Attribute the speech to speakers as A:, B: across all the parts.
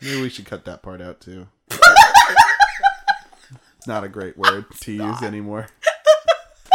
A: Maybe we should cut that part out too. it's not a great word to use anymore.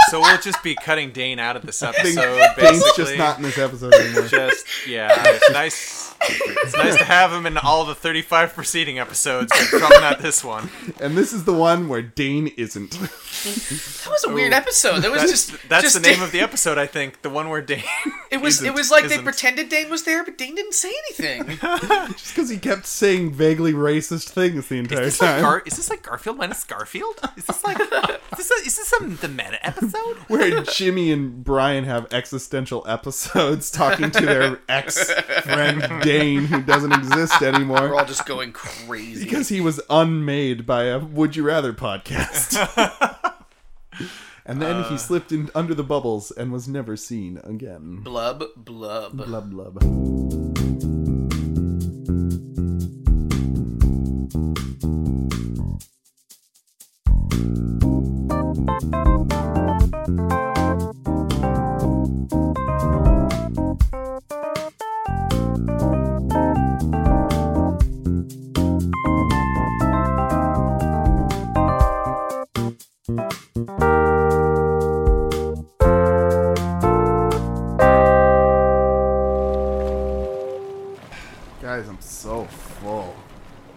B: So we'll just be cutting Dane out of this
A: Thing-
B: episode.
A: Thing's
B: basically,
A: just not in this episode anymore.
B: Just- yeah. It's nice. It's nice to have him in all the thirty-five preceding episodes, but probably not this one.
A: And this is the one where Dane isn't.
C: That was a weird episode. That was
B: That's,
C: just
B: that's
C: just
B: the name of the episode, I think. The one where Dane.
C: It was it
B: isn't-
C: was like they
B: isn't.
C: pretended Dane was there, but Dane didn't say anything.
A: Just because he kept saying vaguely racist things the entire
B: Is this, like
A: time.
B: Gar- is this like Garfield minus Garfield? Is this like is this a, is this some the meta episode?
A: where Jimmy and Brian have existential episodes talking to their ex friend Dane, who doesn't exist
C: We're
A: anymore
C: all just going crazy.
A: because he was unmade by a Would You Rather podcast. and then
B: Uh.
A: he slipped in under the bubbles and was never seen again.
C: Blub blub.
A: Blub blub. Guys, I'm so full.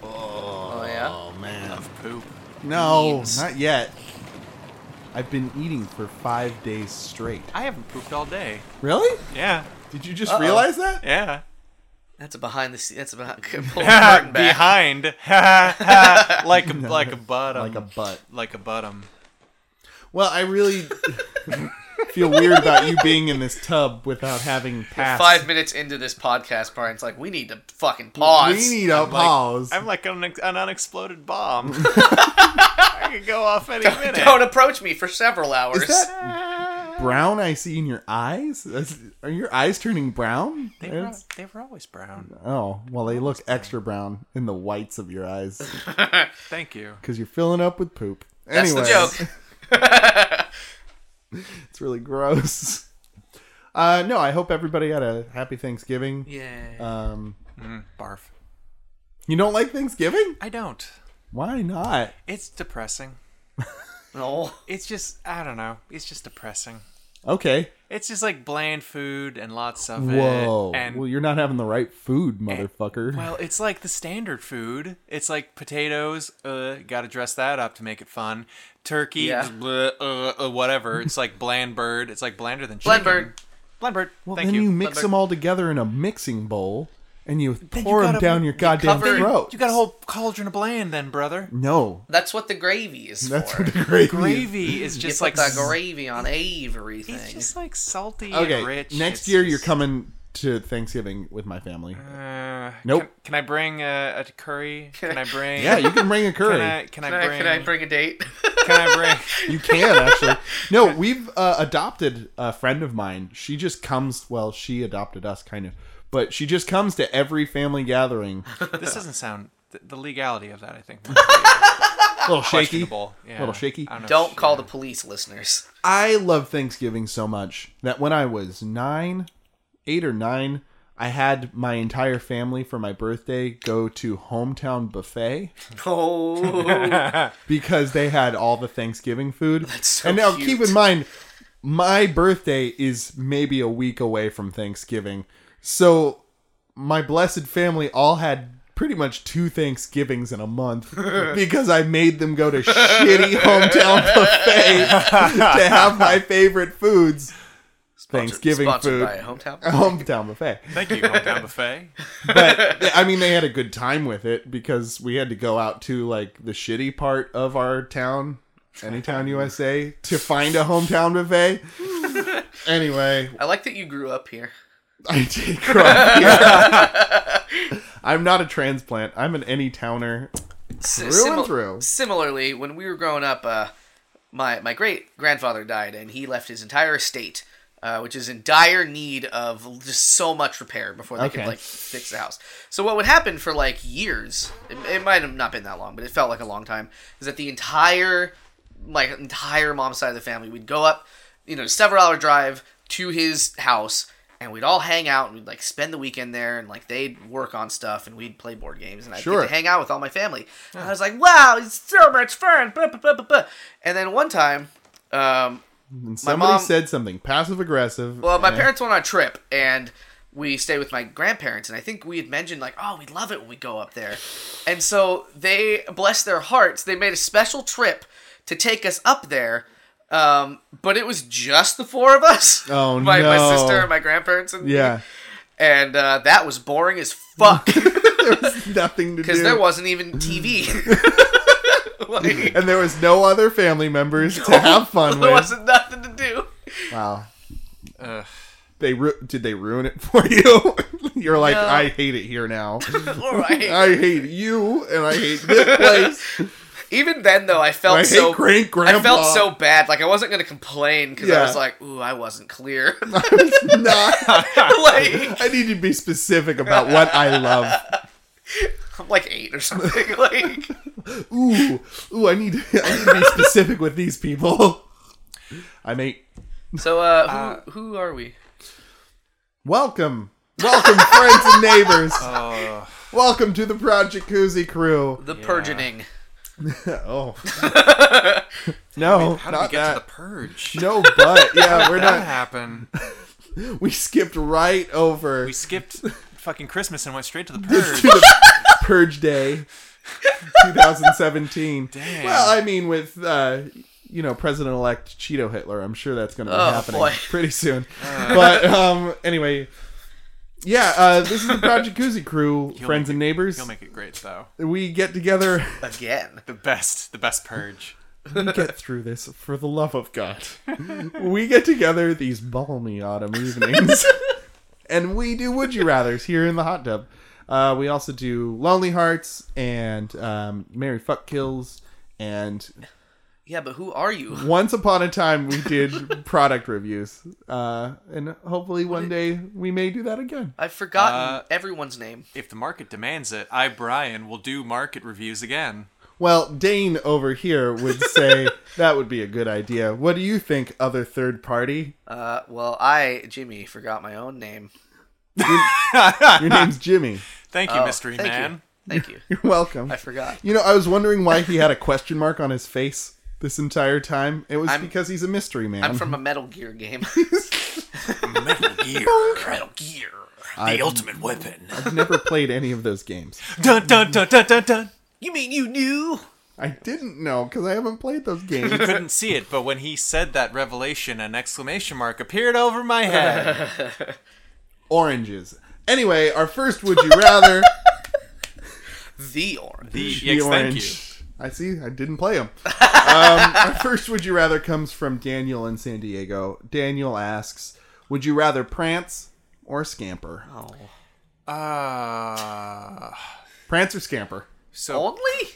C: Oh yeah.
A: Oh man.
B: Poop.
A: No,
C: Beans.
A: not yet. I've been eating for five days straight.
B: I haven't pooped all day.
A: Really?
B: Yeah,
A: Did you just realize that?
B: yeah.
C: That's a behind the sce- that's a behind pulling Martin back.
B: Behind, like a, like a bottom,
A: Like a butt.
B: like a bottom.
A: Well, I really feel weird about you being in this tub without having passed.
C: Five minutes into this podcast, Brian's like, we need to fucking pause.
A: We need a pause.
B: I'm like an, an unexploded bomb. I could go off any minute.
C: Don't approach me for several hours.
A: Is that brown I see in your eyes? That's- Are your eyes turning brown?
B: They were,
A: It's-
B: they were always brown.
A: Oh, well, they look extra brown in the whites of your eyes
B: Thank you.
A: because you're filling up with poop.
C: That's
A: Anyways,
C: the joke.
A: It's really gross. Uh, no, I hope everybody had a happy Thanksgiving.
C: Yeah.
A: Um,
B: Barf.
A: you don't like Thanksgiving?
B: I don't.
A: Why not?
B: It's depressing.
C: No.
B: It's just I don't know. It's just depressing.
A: Okay.
B: It's just like bland food and lots of
A: Whoa.
B: it. And Eh,
A: well, you're not having the right food, motherfucker.
B: Well, it's like the standard food. It's like potatoes. Uh, gotta dress that up to make it fun. Turkey.
C: Yeah.
B: bleh, uh, uh, whatever. It's like bland bird. It's like blander than chicken.
C: Blend bird.
B: Bland bird.
A: Well,
B: Thank
A: then you,
B: you.
A: mix them all together in a mixing bowl and you
B: you
A: pour them
B: gotta-
A: down your
B: you
A: goddamn
C: cover-
A: throat.
B: You got a whole cauldron of bland, then, brother.
A: no,
C: That's what the gravy is
A: that's
C: for.
A: what the gravy. Is.
B: Gravy is
C: You
B: just
C: put
B: like
C: the
B: s-
C: gravy on everything.
B: It's just like salty
A: Okay,
B: and rich.
A: next
B: It's
A: year
B: just-
A: you're coming to Thanksgiving with my family.
B: Uh,
A: Nope.
B: Can, can I bring uh, a curry? Can I bring?
A: yeah, you can bring a curry.
B: Can I, can I
C: Can I-
B: bring?
C: can I bring a date?
B: Can I bring?
A: You can actually. No, we've uh, adopted a friend of mine. She just comes. Well, she adopted us, kind of, but she just comes to every family gathering.
B: This doesn't sound. The, the legality of that, I think.
A: A little shaky.
B: questionable. Yeah.
A: Little shaky.
B: I know if
C: Don't
B: she-
C: call the police, listeners.
A: I love Thanksgiving so much that when I was nine, eight or nine, I had my entire family for my birthday go to hometown buffet
C: Oh,
A: because they had all the Thanksgiving food. That's
C: so
A: and now
C: cute.
A: keep in mind, my birthday is maybe a week away from Thanksgiving. So my blessed family all had pretty much two Thanksgivings in a month because I made them go to shitty hometown buffet to have my favorite foods. Thanksgiving
C: sponsored
A: food.
C: by hometown.
A: Hometown buffet.
B: Thank you, hometown buffet.
A: But I mean they had a good time with it because we had to go out to like the shitty part of our town, Anytown USA, to find a hometown buffet. anyway,
C: I like that you grew up here.
A: I did grow up here. I'm not a transplant. I'm an any towner.
C: S-
A: and through.
C: Similarly, when we were growing up, uh, my my great grandfather died, and he left his entire estate, uh, which is in dire need of just so much repair before they
A: Okay.
C: could like fix the house. So what would happen for like years? It, it might have not been that long, but it felt like a long time. Is that the entire like entire mom's side of the family? We'd go up, you know, several hour drive to his house. and we'd all hang out and we'd like spend the weekend there and like they'd work on stuff and we'd play board games and I'd
A: Sure.
C: get to hang out with all my family. And I was like, wow, it's so much fun. Blah, blah, blah, blah, blah. And then one time, um,
A: And somebody
C: mom-
A: said something eh, passive aggressive.
C: well, my
A: and-
C: parents went on a trip and we stayed with my grandparents and I think we had mentioned like, oh, we love it when we go up there. And so they bless their hearts, they made a special trip to take us up there. Um, but it was just the four of us.
A: Oh,
C: my, My
A: no.
C: sister and my grandparents and me.
A: Yeah.
C: And uh, that was boring as fuck.
A: Nothing to do.
C: because there wasn't even TV. like,
A: and there was no other family members to have fun
C: there
A: with.
C: wasn't nothing to do.
A: Wow.
B: Ugh.
A: They ru- did they ruin it for you? You're like,
C: No.
A: I hate it here now.
C: All right.
A: I hate you, and I hate this place.
C: Even then, though, I
A: I
C: felt
A: hate
C: so.
A: great grandpa.
C: I felt so bad. Like I wasn't gonna complain because I
A: Yeah.
C: was like, "Ooh, I wasn't clear."
A: Nah,
C: like
A: I need to be specific about what I love.
C: I'm like eight or something. Like
A: Ooh, ooh, I need, I need to be specific with these people. I mean,
C: so. Uh, who, who are we?
A: welcome, welcome, friends and neighbors.
B: Oh,
A: Welcome to the Project Jacuzzi crew.
C: The purgeoning.
A: Oh, no,
B: how did we
A: not
B: get to
A: that.
B: the purge?
A: No, but yeah, we're
B: That
A: not.
B: happened.
A: We skipped right over
B: We skipped fucking Christmas and went straight to the
A: to
B: purge.
A: the Purge Day 2017.
B: Damn.
A: Well, I mean, with, uh, you know, President elect Cheeto Hitler, I'm sure that's going to be
C: Oh,
A: happening
C: boy.
A: pretty soon. But um, anyway, yeah, uh, this is the Proud Jacuzzi crew, friends
B: make
A: and
B: it-
A: neighbors.
B: He'll make it great though.
A: We get together,
C: Again.
B: The best, the best purge.
A: we get through this for the love of God. We get together these balmy autumn evenings. and we do would you rather's here in the hot tub. Uh, we also do Lonely Hearts and um, Mary Fuck Kills. And
C: Yeah, but who are you?
A: once upon a time, we did product reviews. Uh, and hopefully one day we may do that again.
C: I've forgotten everyone's name.
B: If the market demands it, I Brian will do market reviews again.
A: Well, Dane over here would say that would be a good idea. What do you think, other third party?
C: Uh, well, I Jimmy forgot my own name.
A: Your name's Jimmy.
B: Thank you,
C: Oh,
B: mystery
C: thank
B: man.
C: You. Thank you.
A: You're welcome.
C: I forgot.
A: You know, I was wondering why he had a question mark on his face this entire time. It was
C: I'm-
A: because he's a mystery man.
C: I'm from a Metal Gear game.
B: Metal Gear,
C: Metal Gear.
A: I've
B: ultimate weapon.
A: never played any of those games.
B: dun dun dun dun dun dun.
C: You mean you knew?
A: I didn't know because I haven't played those games.
B: Couldn't see it, but when he said that revelation, an exclamation mark appeared over my head.
A: Oranges. Anyway, our first would you rather
C: The orange.
B: The,
A: the
B: yes, thank you.
A: I see. I didn't play them. Um, our first would you rather comes from Daniel in San Diego. Daniel asks, "Would you rather prance or scamper?
C: Oh.
B: Uh,
A: Prance or scamper? Oh.
B: so
C: Only?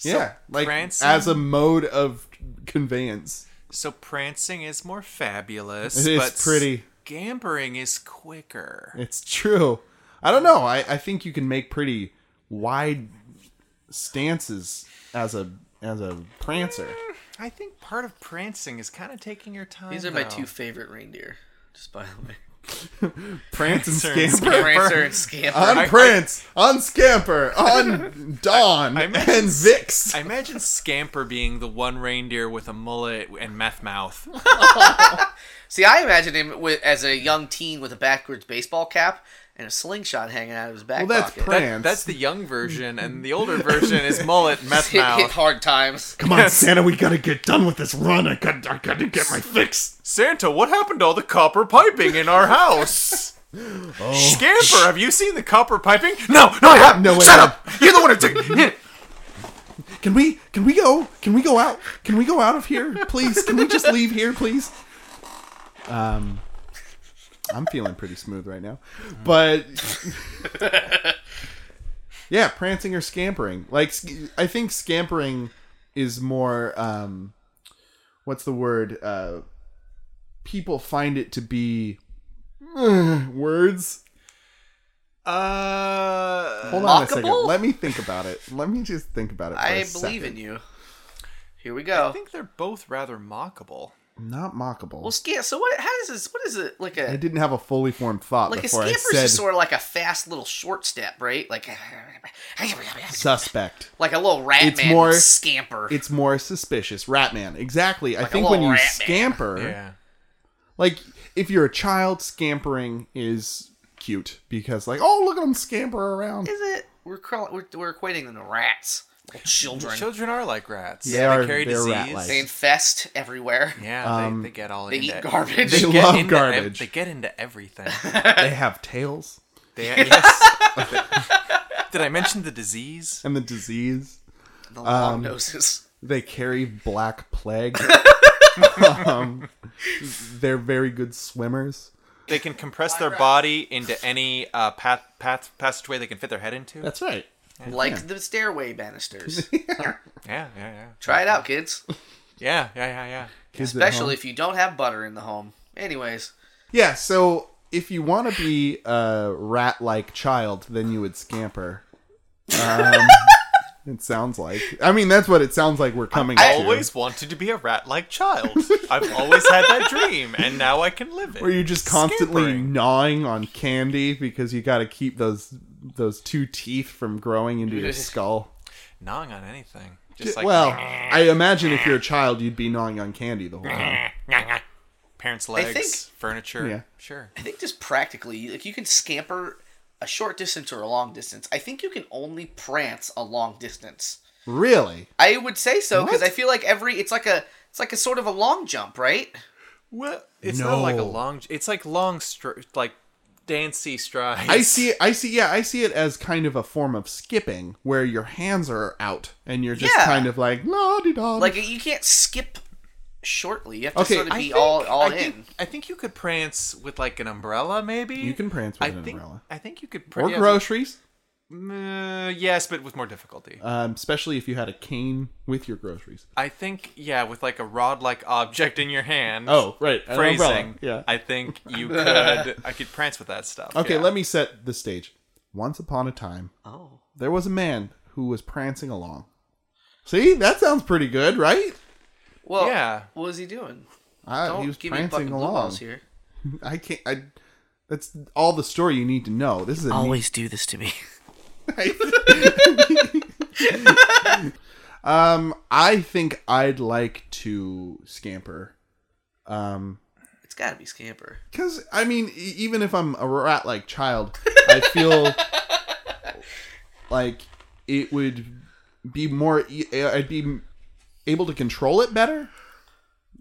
A: yeah, like
B: prancing-
A: as a mode of conveyance.
B: so prancing is more fabulous.
A: It is
B: but
A: pretty.
B: Scampering is quicker.
A: It's true. I don't know. I, I think you can make pretty wide stances as a as a prancer.
B: I think part of prancing is kind of taking your time.
C: These are my
B: though.
C: two favorite reindeer. Just by the way.
A: Prance and
B: Prancer and
A: scamper.
B: scamper.
C: Prancer and Scamper.
A: On
B: I-
A: Prince, on Scamper, on Dawn,
B: I meant-
A: and Vix.
B: I imagine Scamper being the one reindeer with a mullet and meth mouth.
C: See, I imagine him with, as a young teen with a backwards baseball cap and a slingshot hanging out of his back
A: Well, that's
C: pocket.
A: prank.
B: That, that's the young version, and the older version is mullet, meth
C: hit, hit
B: mouth.
C: hard times.
A: Come on, Santa, we gotta get done with this run. I got, I gotta get my fix.
B: Santa, what happened to all the copper piping in our house? Scamper, have you seen the copper piping? No, no, I haven't.
A: Oh. No, I
B: Shut up. You're the one who did.
A: Can we, can we go? Can we go out? Can we go out of here, please? Can we just leave here, please? Um, I'm feeling pretty smooth right now, but yeah, prancing or scampering. Like, sc- I think scampering is more. Um, what's the word? Uh, people find it to be uh, words.
B: Uh,
A: Hold on a second.
C: Mockable?
A: Let me think about it. Let me just think about it. For
C: I
A: a
C: believe
A: second.
C: in you. Here we
B: I
C: go.
B: think they're both rather mockable.
A: Not mockable.
C: Well, scamp. So what? How does this? What is it like
A: I
C: a
A: didn't have a fully formed thought
C: like a
A: before I
C: scamper's
A: said
C: just sort of like a fast little short step, right? Like
A: suspect.
C: like a little rat
A: It's
C: man
A: more-
C: scamper.
A: It's more suspicious. Ratman. Exactly. I
C: a
A: think when
C: little
A: you
C: rat man.
A: scamper,
B: Yeah.
A: like if you're a child, scampering is cute because like oh look at them scamper around.
C: is it? We're crawling. We're, we're equating them to rats. Little children.
B: Children are like rats.
A: They
B: They,
A: are-
B: carry
A: they're
B: disease.
A: rat-like.
C: They infest everywhere.
B: Yeah, they, they get all
C: They
B: into
C: eat garbage.
A: Um, They
B: get
A: love
B: into ev-
A: garbage.
B: they get into everything.
A: they have tails
B: They, yes. Did I mention the disease?
A: and the disease.
C: the long
B: um,
C: noses.
A: They carry black plague. um, they're very good swimmers.
B: They can compress their body into any uh, path, path passageway they can fit their head into.
A: That's right.
C: Like the stairway banisters.
B: yeah, yeah, yeah.
C: Try it out, kids.
B: Yeah, yeah, yeah, yeah.
A: Kids at home.
C: Especially if you don't have butter in the home. Anyways,
A: Yeah, so if you want to be a rat like child, then you would scamper. Um, it sounds like. I mean, that's what it sounds like we're coming
B: I
A: to.
B: always wanted to be a rat-like child. I've always had that dream, and now I can live it.
A: Where you're just constantly
B: Scampering.
A: gnawing on candy because you got to keep those those two teeth from growing into your skull.
B: gnawing on anything? Just like
A: well, I imagine if you're a child, you'd be gnawing on candy the whole time.
B: parents' legs,
C: think-
B: furniture.
A: Yeah.
B: Sure.
C: I think just practically, like you can scamper a short distance or a long distance. I think you can only prance a long distance.
A: Really?
C: I would say so because
A: What?
C: I feel like every it's like a it's like a sort of a long jump, right?
B: Well, it's not like a
A: No.
B: long. It's like long, str- like dancey strides.
A: I see it. I see. Yeah, I see it as kind of a form of skipping where your hands are out and you're just
C: Yeah.
A: kind of like la di da.
C: Like you can't skip shortly. You have to
A: Um, Okay,
C: sort of
B: I
C: be
B: think-
C: all all
B: I
C: in.
B: Think, I think you could prance with like an umbrella, maybe.
A: You can prance with
B: I
A: an
B: think,
A: umbrella.
B: I think you could
A: Or
B: prance.
A: groceries,
B: mm, yes, but with more difficulty.
A: um, especially if you had a cane with your groceries.
B: I think yeah, with like a rod-like object in your hand.
A: Oh, right, an
B: phrasing.
A: umbrella, Yeah.
B: I think you could. I could prance with that stuff.
A: okay,
B: yeah.
A: let me set the stage. Once upon a time,
C: Oh.
A: there was a man who was prancing along. See, that sounds pretty good, right?
C: Well,
B: Yeah.
C: What was he doing?
A: Ah,
C: Don't
A: he was
C: give me fucking
A: prancing
C: blue
A: along.
C: balls here.
A: I can't. I. That's all the story you need to know. This is a neat
C: do this to me.
A: um, I think I'd like to scamper. Um,
C: It's got to be scamper.
A: because I mean, e- even if I'm a rat-like child, I feel like it would be more. e- I'd be able to control it better,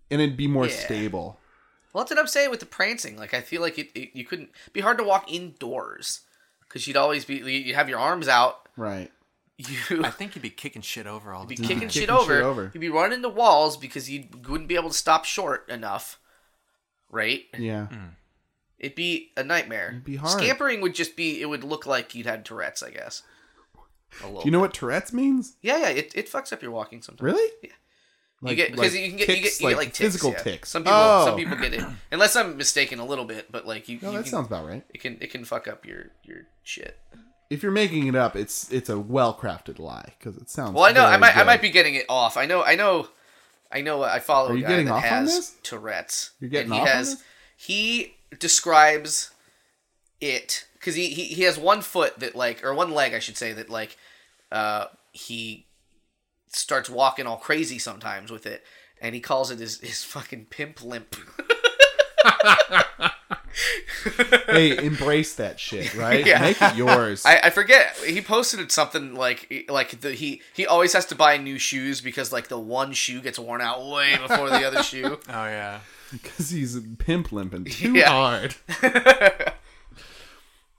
A: and it'd be more
C: Yeah.
A: stable.
C: Well, that's what I'm saying with the prancing. Like I feel like it, it you couldn't it'd be hard to walk indoors because you'd always be you have your arms out.
A: Right.
C: You
B: I think you'd be kicking shit over all the
C: be
B: time.
C: kicking, shit,
A: shit
C: over.
A: over.
C: You'd be running into walls because you wouldn't be able to stop short enough. Right?
A: Yeah.
C: Mm. It'd be a nightmare. It'd
A: be hard.
C: Scampering would just be. It would look like you'd had Tourette's, I guess. A little.
A: Do you know what Tourette's means?
C: yeah, yeah. It, it fucks up your walking sometimes.
A: Really?
C: You get because you can get you get, you get like ticks,
A: physical
C: yeah.
A: ticks.
C: Some people
A: oh.
C: some people get it unless I'm mistaken a little bit, but like you,
A: No,
C: you
A: that
C: can,
A: sounds about right.
C: it can it can fuck up your your shit.
A: If you're making it up, it's it's a well-crafted lie because it sounds.
C: Well, I know I
A: very
C: might I
A: good.
C: might be getting it off. I know I know I know I follow
A: Are
C: a
A: you
C: guy
A: getting
C: that
A: off on
C: has
A: this?
C: Tourette's.
A: You're getting
C: and he
A: off on
C: has
A: this?
C: he describes it because he, he he has one foot that like or one leg I should say that like uh he starts walking all crazy sometimes with it and he calls it his, his fucking pimp limp.
A: hey, embrace that shit, right?
C: Yeah.
A: Make it yours.
C: I, I forget he posted something like like the, he he always has to buy new shoes because like the one shoe gets worn out way before the other shoe.
B: Oh yeah.
A: Because he's pimp limping too
C: Yeah.
A: hard.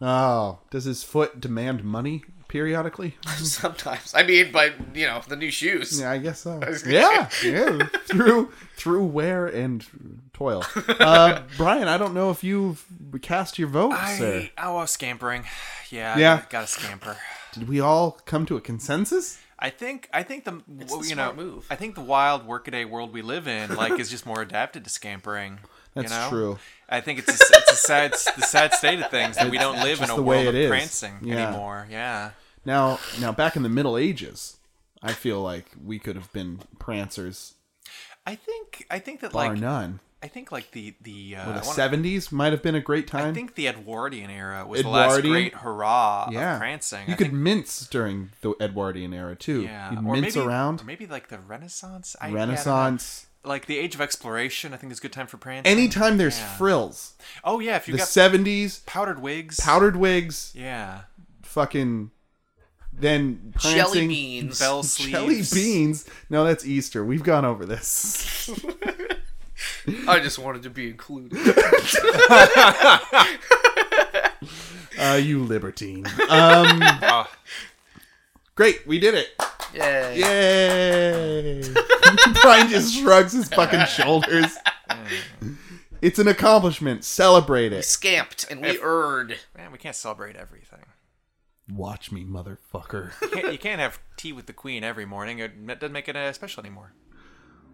A: oh, does his foot demand money periodically?
C: Sometimes. I mean, by you know the new shoes.
A: Yeah, I guess so.
C: gonna
A: Yeah, yeah. through through wear and toil. Uh, Brian, I don't know if you've cast your vote, sir.
B: I, oh, I was scampering. Yeah. I
A: Yeah.
B: Got to scamper.
A: Did we all come to a consensus?
B: I think I think the
C: the
B: you know
C: smart move.
B: I think the wild workaday world we live in like is just more adapted to scampering.
A: That's
B: you know?
A: true.
B: I think it's a, s- it's a sad s- the sad state of things that we don't live in
A: just
B: a
A: the way
B: world
A: it
B: of
A: is.
B: prancing
A: Yeah.
B: anymore. Yeah.
A: Now, now, back in the Middle Ages, I feel like we could have been prancers.
B: I I think I think that
A: bar
B: like
A: none.
B: I think like the the uh,
A: Well, the
B: I wanna-
A: seventies might have been a great time.
B: I think the Edwardian era was the last
A: Edwardian?
B: great hurrah
A: yeah,
B: of prancing.
A: You
B: I
A: could
B: think-
A: mince during the Edwardian era too.
B: yeah,
A: You'd
B: or
A: mince
B: maybe,
A: around.
B: or maybe like the Renaissance. I- yeah, I don't know.
A: Renaissance.
B: like the Age of Exploration. I think is a good time for prancing.
A: Anytime there's
B: Yeah.
A: frills,
B: oh yeah, if you
A: the
B: got
A: seventies
B: powdered wigs,
A: powdered wigs,
B: yeah,
A: fucking then
C: Jelly
A: prancing,
C: beans.
B: bell
A: jelly
B: sleeves,
A: beans. No, that's Easter. We've gone over this.
C: I just wanted to be included.
A: Uh, you libertine. Um,
B: Ah.
A: great, we did it.
C: Yay.
A: Yay! Brian just shrugs his fucking shoulders. It's an accomplishment. Celebrate it.
C: Scamped and we erred.
B: Man, we can't celebrate everything.
A: Watch me, motherfucker.
B: You can't, you can't have tea with the Queen every morning. It that doesn't make it uh, special anymore.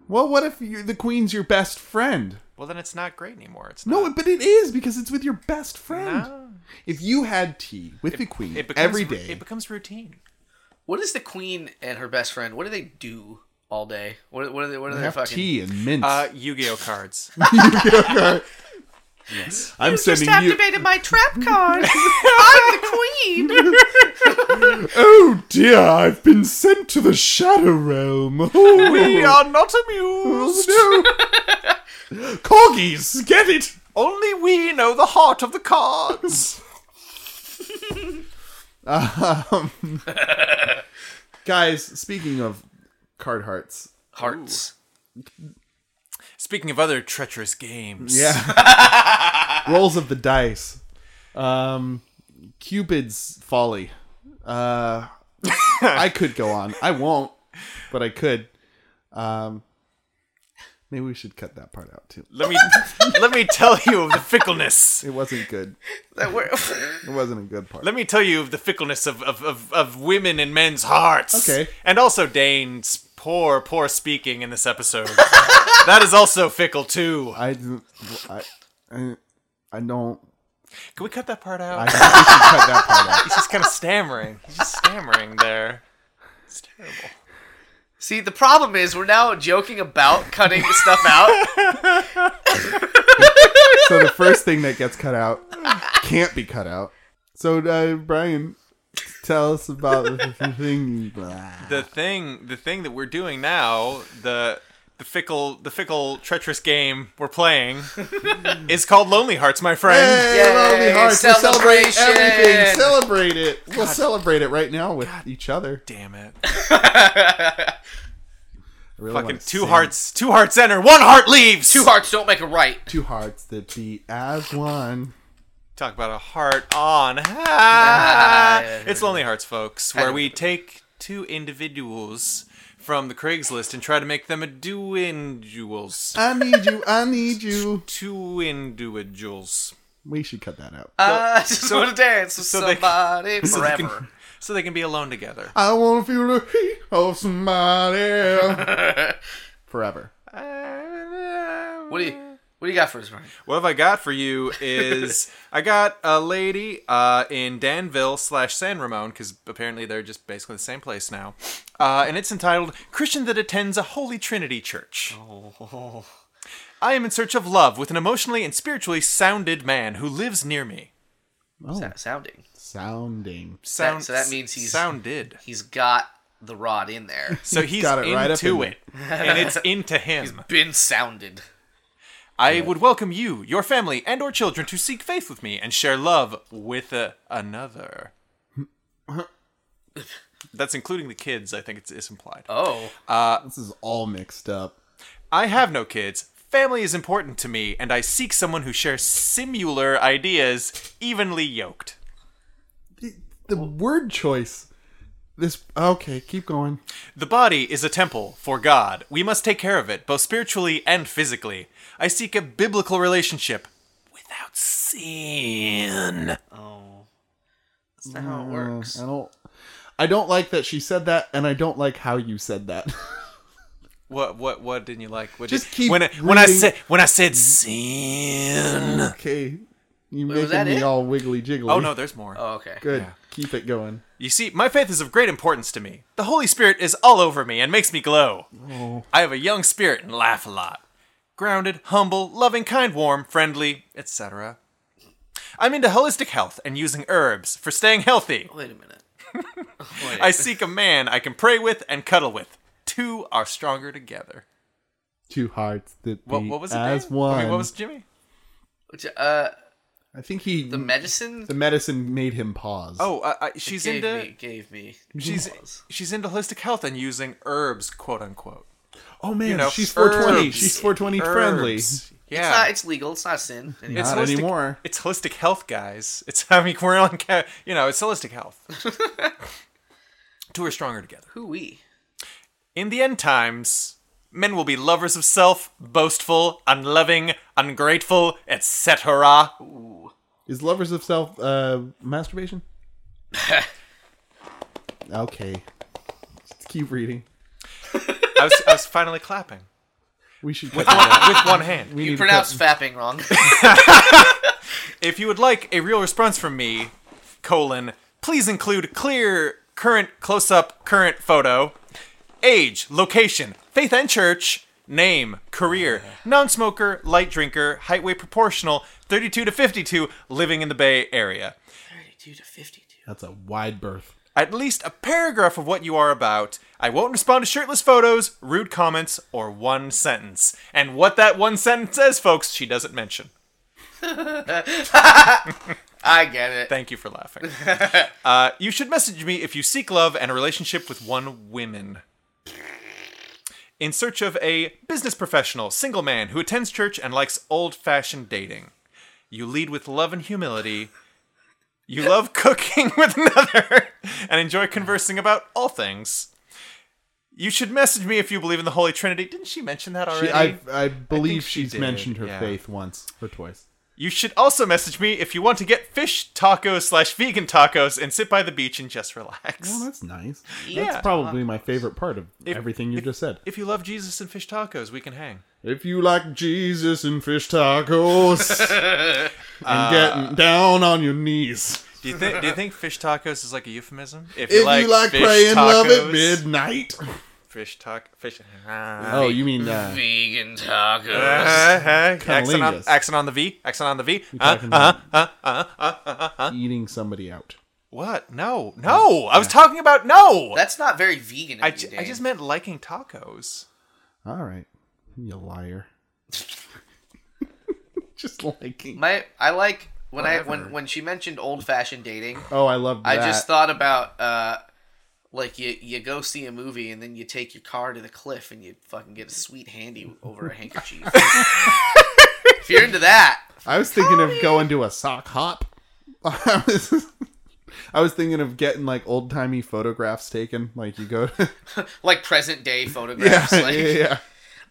A: well, what if you the queen's your best friend?
B: Well, then it's not great anymore. It's
A: No,
B: not,
A: but it is because it's with your best friend.
B: No.
A: If you had tea with the queen
B: it becomes,
A: every
B: ru-
A: day,
B: It becomes routine.
C: What is the queen and her best friend? What do they do all day? What, what are they? What are they
A: have
C: fucking?
A: tea and mints.
B: Uh, Yu-Gi-Oh cards. yes.
A: I'm sending
C: Just
A: you.
C: activated my trap card. I'm the queen.
A: Oh dear, I've been sent to the shadow realm. Oh,
B: We are not amused.
A: no. Corgis, get it.
B: Only we know the heart of the cards.
A: Um, guys, speaking of card hearts,
C: Hearts.
B: Speaking of other treacherous games.
A: yeah, rolls of the dice, um, Cupid's folly. Uh, I could go on. I won't, but I could. Um, maybe we should cut that part out too.
B: Let me let me tell you of the fickleness.
A: It wasn't good.
C: That were-
A: It wasn't a good part.
B: Let me tell you of the fickleness of, of, of, of women and men's hearts.
A: Okay.
B: And also Dane's poor, poor speaking in this episode. that is also fickle too.
A: I, didn't- I, I, I don't.
B: Can we cut that part
A: I
B: out?
A: think we should cut that part out.
B: He's just kind of stammering. He's just stammering there. It's terrible.
C: See, the problem is we're now joking about cutting stuff out.
A: so the first thing that gets cut out can't be cut out. So uh, Brian, tell us about the thing. uh,
B: the thing the thing that we're doing now the the fickle the fickle treacherous game we're playing is called lonely hearts my friend
A: Hey, Lonely Hearts, we celebrate
C: celebration!
A: everything. Celebrate it. We'll celebrate it right now with each other.
B: damn it
A: I really
B: fucking
A: wanna
B: two
A: sing.
B: hearts two hearts enter one heart leaves
C: Two hearts don't make a right.
A: Two hearts that beat as one.
B: talk about a heart on Ah,
C: yeah, yeah,
B: it's lonely hearts folks where we take two individuals from the craigslist and try to make them a duinduals
A: I need you. I need you.
B: two individuals
A: We should cut that out.
C: I just want to Uh, dance with
B: so they-
C: somebody
B: so they,
C: forever.
B: can, so they can be alone together
A: I want to feel the heat of somebody forever.
C: What do you? What do you got for us, Brian?
B: What have I got for you is I got a lady uh, in Danville slash San Ramon because apparently they're just basically the same place now, uh, and it's entitled "Christian that attends a Holy Trinity Church."
C: Oh.
B: Oh. I am in search of love with an emotionally and spiritually sounded man who lives near me.
A: Oh,
C: Sounding.
A: sounding.
B: Sound,
C: so that means he's-
B: sounded.
C: He's got the rod in there.
B: So he's
A: got it
B: into
A: right up in
B: it, and it's into him.
C: Been sounded.
B: I would welcome you, your family, and or children to seek faith with me and share love with uh, another. That's including the kids, I think it's, it's implied.
C: Oh,
A: This is all mixed up.
B: I have no kids. Family is important to me, and I seek someone who shares similar ideas, evenly yoked.
A: the, the word choice. This okay. Keep going.
B: The body is a temple for God. We must take care of it, both spiritually and physically. I seek a biblical relationship without sin.
C: Oh. that's not how it works.
A: Uh, I
B: Mm,
A: don't. I don't like that she said that, and I don't like how you said that.
B: What what what didn't you like? What
A: Just
B: did-
A: keep
B: when I, when I
A: reading.
B: said when I said sin.
A: okay, You're
C: was
A: making
C: that
A: me
C: it?
A: all wiggly jiggly.
B: Oh no, there's more.
C: Oh, okay.
A: Good. Keep it going.
B: You see, my faith is of great importance to me. The Holy Spirit is all over me and makes me glow. I have a young spirit and laugh a lot. Grounded, humble, loving, kind, warm, friendly, etc. I'm into holistic health and using herbs for staying healthy.
C: Wait a minute. Wait.
B: I seek a man I can pray with and cuddle with. Two are stronger together.
A: Two hearts that beat
B: What, what was it?
A: as
B: Dan?
A: one.
B: I mean, what was Jimmy?
C: Which, uh,
A: I think he
B: Mm.
C: the medicine
A: the medicine made him pause.
B: Oh, uh, uh, she's
C: gave
B: into
C: me gave me.
B: she's
C: pause.
B: she's into holistic health and using herbs, quote unquote.
A: oh man,
B: know,
A: she's 420.
B: herbs.
A: She's 420 friendly.
B: Herbs.
C: It's
B: Yeah,
C: not. It's legal. It's not a sin. Anyway.
A: Not
B: holistic-
A: anymore.
B: It's holistic health, guys. It's I mean we're on ca- you know it's holistic health. Two are stronger together.
C: Who we?
B: In the end times, men will be lovers of self, boastful, unloving, ungrateful, etc.
A: Is lovers of self uh, masturbation? okay. Just keep reading.
B: I was, I was finally clapping
A: We should
B: with
A: cut that out.
B: one, with one hand.
A: We
C: You
A: need to
C: pronounced
A: cut-
C: fapping wrong.
B: If you would like a real response from me, colon, please include clear, current, close up, current photo, age, location, faith and church, name, career, non smoker, light drinker, height, weight proportional, 32 to 52, living in the Bay Area.
C: Thirty-two to fifty-two.
A: That's a wide berth.
B: At least a paragraph of what you are about. I won't respond to shirtless photos, rude comments, or one sentence. And what that one sentence says, folks, she doesn't mention.
C: I get it.
B: Thank you for laughing. uh, you should message me if you seek love and a relationship with one woman. In search of a business professional, single man who attends church and likes old fashioned dating. You lead with love and humility. You love cooking with another and enjoy conversing about all things. You should message me if you believe in the Holy Trinity. Didn't she mention that already?
A: She, I, I believe
B: she
A: she's
B: did,
A: mentioned her
B: yeah.
A: faith once or twice.
B: You should also message me if you want to get fish tacos slash vegan tacos and sit by the beach and just relax.
A: Well, that's nice.
B: Yeah.
A: That's probably my favorite part of everything you just said.
B: If you love Jesus and fish tacos, we can hang.
A: If you like Jesus and fish tacos and getting down on your knees.
B: Do you think? Do you think fish tacos is like a euphemism?
A: If you like
B: fish
A: praying, love at
B: tacos-
A: midnight.
B: Fish taco, fish.
A: Oh, you mean uh,
C: Vegan tacos.
B: accent, on,
A: Cunnilingus.
B: accent on the V. Accent on the V. Huh?
A: talking about eating somebody out?
B: What? No, no. I was talking about no.
C: That's not very vegan. Of
B: I,
C: you,
B: ju- I
C: Dan.
B: just meant liking tacos.
A: All right, you liar. Just liking.
C: my I like when I
B: Whatever.
C: when when she mentioned old fashioned dating.
A: Oh, I love
C: I
A: that.
C: just thought about uh like you you go see a movie and then you take your car to the cliff and you fucking get a sweet handy over a handkerchief. if you're into that,
A: I was thinking of going to a sock hop. I was, I was thinking of getting like old timey photographs taken. Like you go,
C: like present day
A: yeah,
C: photographs,
A: yeah,
C: like
A: yeah.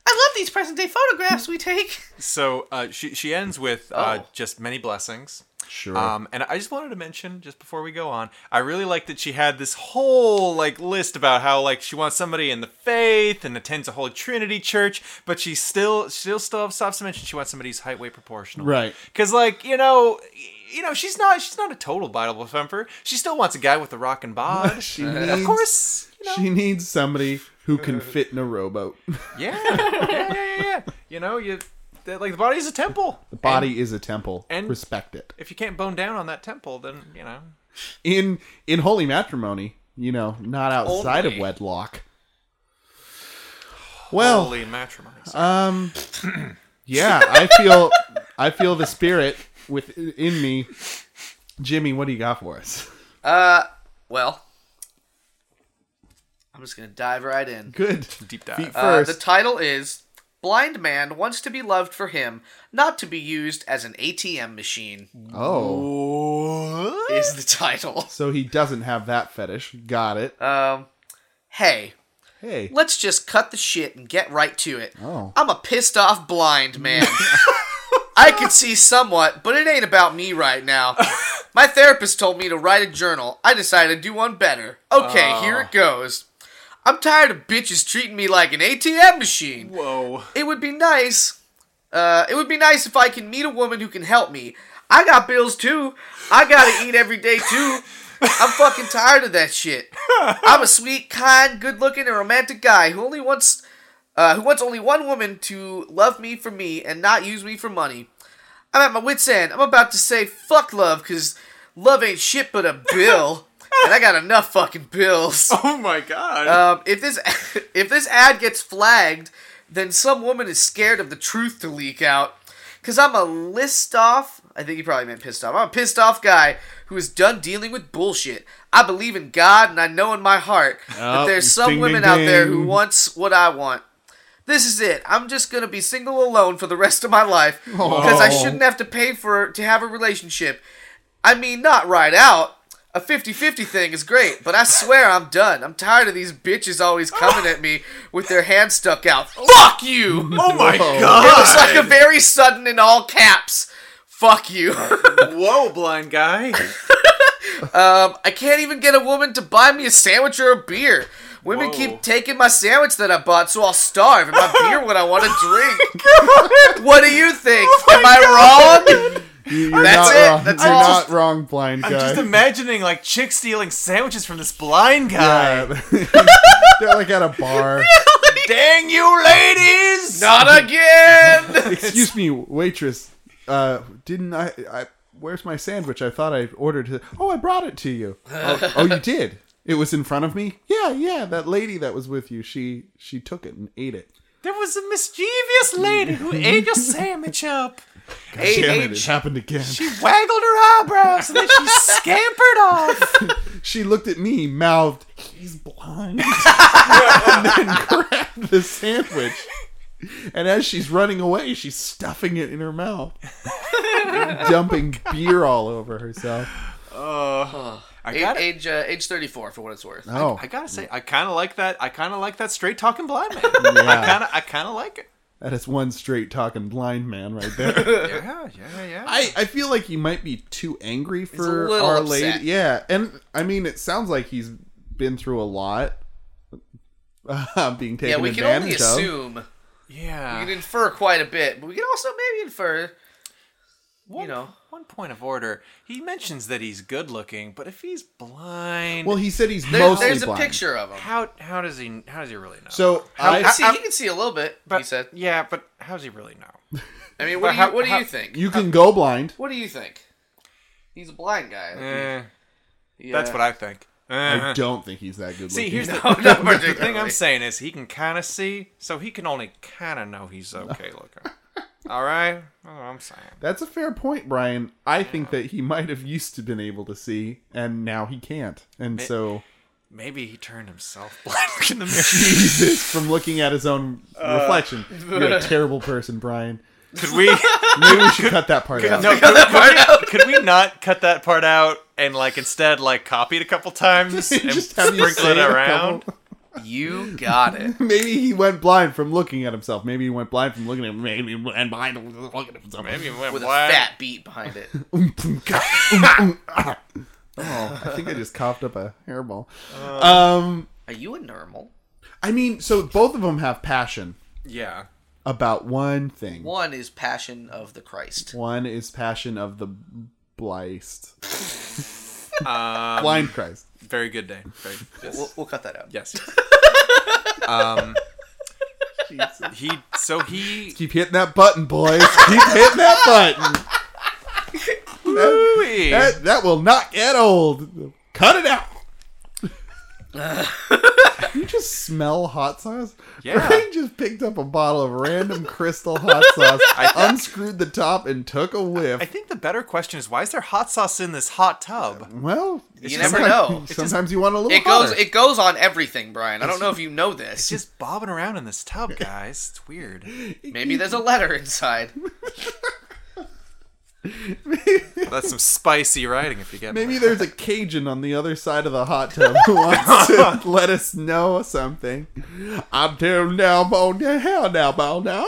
C: I love these present day photographs we take.
B: So uh, she she ends with uh,
C: Oh.
B: just many blessings.
A: Sure.
B: Um, and I just wanted to mention, just before we go on, I really like that she had this whole like list about how like she wants somebody in the faith and attends a Holy Trinity church, but she still still still stops to mention she wants somebody's height weight proportional.
A: Right.
B: Because like you know. y- You know she's not she's not a total Bible thumper. She still wants a guy with a rockin' bod.
A: She
B: of
A: needs-
B: course, you know.
A: she needs somebody who can fit in a rowboat.
B: yeah. yeah, yeah, yeah, yeah. You know, you that, like the body's a temple.
A: The body is a temple.
B: and-
A: Respect it.
B: If you can't bone down on that temple, then you know.
A: In in holy matrimony, you know, not outside
C: Only.
A: of wedlock. Well,
B: holy matrimony.
A: Um, yeah, I feel I feel the spirit within me. Jimmy, what do you got for us?
C: Uh, well, I'm just gonna dive right in.
A: Good.
B: Deep dive.
A: Feet
C: Uh,
A: first.
C: the title is Blind Man Wants to Be Loved for Him, Not to Be Used as an ATM Machine,
A: oh,
C: is the title.
A: so he doesn't have that fetish. Got it.
C: Um, hey,
A: Hey,
C: let's just cut the shit and get right to it.
A: Oh.
C: I'm a pissed off blind man. I can see somewhat, but it ain't about me right now. My therapist told me to write a journal. I decided to do one better. Okay,
A: Oh.
C: here it goes. I'm tired of bitches treating me like an ATM machine.
B: Whoa.
C: it would be nice. Uh, it would be nice if I can meet a woman who can help me. I got bills too. I gotta eat every day too. I'm fucking tired of that shit. I'm a sweet, kind, good-looking, and romantic guy who only wants, uh, who wants only one woman to love me for me and not use me for money. I'm at my wits' end. I'm about to say fuck love because love ain't shit but a bill, and I got enough fucking bills.
B: Oh my god.
C: Um, if this if this ad gets flagged, then some woman is scared of the truth to leak out. Cause I'm a list off. I think you probably meant pissed off. I'm a pissed off guy who is done dealing with bullshit. I believe in God, and I know in my heart that
A: Oh,
C: there's some
A: ding,
C: women
A: ding,
C: out there who
A: ding.
C: wants what I want. This is it. I'm just gonna be single alone for the rest of my life because I
A: Oh.
C: shouldn't have to pay for to have a relationship. I mean, not right out. A 50-50 thing is great, but I swear I'm done. I'm tired of these bitches always coming at me with their hands stuck out. Fuck you! It
B: oh my
A: Whoa.
B: god.
C: was like a very sudden in all caps. Fuck you.
B: Whoa, blind guy.
C: um, I can't even get a woman to buy me a sandwich or a beer. Women
B: Whoa.
C: keep taking my sandwich that I bought, so I'll starve and my beer when I want
B: Oh
C: to drink. what do you think? Am I wrong?
A: You- You're
C: That's
A: not
C: it.
A: Wrong.
C: That's
A: you're
C: all.
A: not wrong, blind guy.
B: I'm just imagining like chicks stealing sandwiches from this blind guy.
A: Yeah. They're like at a bar.
B: Dang you, ladies!
C: Not again!
A: Excuse me, waitress. Uh, didn't I, I? Where's my sandwich? I thought I ordered it. Oh, I brought it to you. Oh, oh, you did. It was in front of me. Yeah, yeah. That lady that was with you, she she took it and ate it.
B: There was a mischievous lady who ate your sandwich up.
C: Hey,
A: Damn
C: hey,
A: it! It happened again.
B: She waggled her eyebrows and then she scampered off.
A: She looked at me, mouthed, "He's blind," and then grabbed the sandwich. And as she's running away, she's stuffing it in her mouth, dumping beer all over herself.
B: I
C: Age,
B: gotta,
C: age, uh, age 34 for what it's worth.
A: Oh,
B: I gotta say, I kind of like that. I kind of like that straight talking blind man. I
A: Yeah.
B: kind of, I kind of like it.
A: that is one straight talking blind man right there.
B: Yeah, yeah, yeah.
A: I, I feel like he might be too angry for
C: little
A: our
C: upset.
A: lady. Yeah, and I mean, it sounds like he's been through a lot, uh, being
C: yeah,
A: taken
C: we can only
A: advantage of.
C: assume.
B: yeah.
C: We can infer quite a bit, but we can also maybe infer.
B: one,
C: know.
B: one point of order. He mentions that he's good looking, but if he's blind,
A: Well, he said he's
C: There,
A: mostly
C: there's a
A: blind.
C: picture of him.
B: how how does he how does he really know?
A: So
C: I,
A: I,
C: see,
B: I-
C: he can see a little bit.
B: but,
C: he said.
B: "Yeah, but how does he really know?"
C: I mean, what
B: but
C: do you,
B: how-
C: what do
B: how-
C: you think?
A: You can go blind.
C: what do you think? He's a blind guy.
B: Eh,
C: He,
B: That's
C: uh,
B: what I think. Uh-huh.
C: Uh-huh.
A: I don't think he's that good.
B: See,
A: looking.
B: here's the,
C: No, not
B: the thing I'm
C: particularly.
B: saying is he can kind of see, so he can only kind of know he's okay looking. All right, that's what I'm saying.
A: that's a fair point, Brian. I think that he might have used to been able to see, and now he can't. And so
B: Maybe he turned himself black in the mirror.
A: Jesus, from looking at his own
C: Uh,
A: reflection, you're a terrible person, Brian.
B: Could we?
A: Maybe we should cut that part out.
B: No, could, could we, could we not cut that part out and like instead like copy it a couple times and
A: Just have you
B: sprinkle
A: say
B: it
A: a
B: around?
A: couple-
C: You got it.
A: Maybe he went blind from looking at himself. Maybe he went blind from looking at him. Maybe he went blind from looking at himself.
B: Maybe it went
C: With a
B: wide.
C: fat beat behind it.
A: oh, I think I just coughed up a hairball. Um,
C: Are you a normal?
A: I mean, so both of them have passion
B: Yeah.
A: about one thing.
C: One is Passion of the Christ.
A: One is passion of the blist,
B: Um,
A: blind Christ.
B: Very good day. Very, yes.
C: We'll, we'll cut that out.
B: yes. um, he so he
A: Keep hitting that button, boys. Keep hitting that button.
B: Ooh-wee.
A: That, that will not get old. Cut it out. you just smell hot sauce.
B: Yeah.
A: Ryan just picked up a bottle of random crystal hot sauce, unscrewed the top, and took a whiff.
B: I think the better question is why is there hot sauce in this hot tub?
A: well,
C: You never
A: sometimes-
C: know. It just-
A: Sometimes you want a little.
C: It goes.
A: hotter.
C: It goes on everything, Brian. I don't know if you know this.
B: It's just bobbing around in this tub, guys. It's weird.
C: Maybe there's a letter inside.
B: That's some spicy writing if you get
A: Maybe there's a Cajun on the other side of the hot tub who wants to let us know something. I'm down now, bone down, hell now, bone down.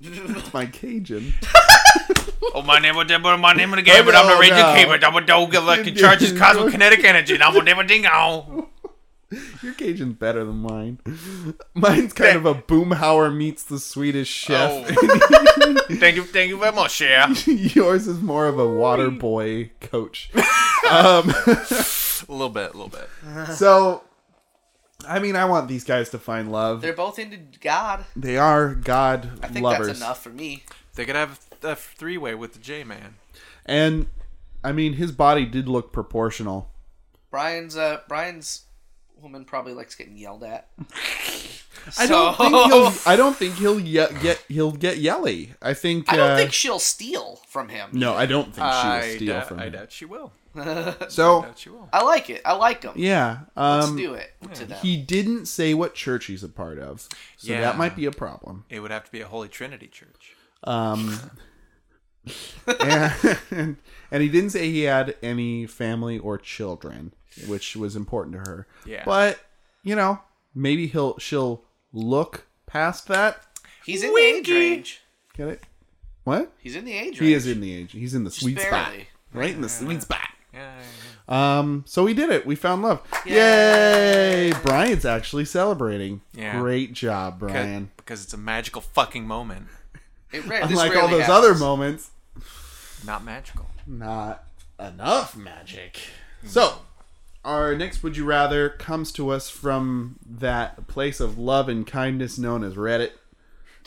A: That's my Cajun.
B: Oh, my name will never, my name of the game, but I'm
A: Oh,
B: the raging
A: no.
B: keeper. Double dog, I can charge his cosmic kinetic energy. Double never dingo.
A: Your Cajun's better than mine. Mine's kind of a Boomhauer meets the Swedish
B: Oh.
A: chef.
C: Oh.
B: thank you, thank you very much, yeah.
A: Yours is more of a water boy coach. um,
B: A little bit, a little bit.
A: so, I mean, I want these guys to find love.
C: They're both into God.
A: They are God
C: I think
A: lovers.
C: that's enough for me.
B: They could have a three way with the J man.
A: And I mean, his body did look proportional.
C: Brian's uh Brian's woman probably likes getting yelled at.
A: I don't
C: So-
A: think he'll. I don't think he'll ye- get. He'll get yelly. I think.
C: I don't
A: uh,
C: think she'll steal from him.
A: no, I don't think she
B: I,
A: will steal
B: doubt-
A: from
B: I
A: him.
B: doubt she will. I
A: So
B: doubt she will.
C: I like it. I like him.
A: yeah,
C: Let's
A: um,
C: do it to them.
A: he didn't say what church he's a part of, so
B: Yeah.
A: that might be a problem.
B: It would have to be a Holy Trinity church.
A: Um, and, and he didn't say he had any family or children, which was important to her.
B: Yeah.
A: But you know, maybe he'll she'll look past that.
C: He's in the age
B: Winky.
C: range.
A: Get it? What?
C: He's in the age range.
A: He is in the age. He's in the sweet spot.
C: barely.
A: Right in the sweet spot.
B: Yeah, yeah,
A: Um, so we did it. We found love. Yay!
C: Yay.
A: Brian's actually celebrating.
B: Yeah.
A: Great job,
B: yeah.
A: Brian.
B: Because, because it's a magical fucking moment.
C: It rare, this
A: Unlike all
C: rarely
A: those
C: happens.
A: other moments,
B: Not magical.
A: not enough magic. So, our next Would You Rather comes to us from that place of love and kindness known as Reddit,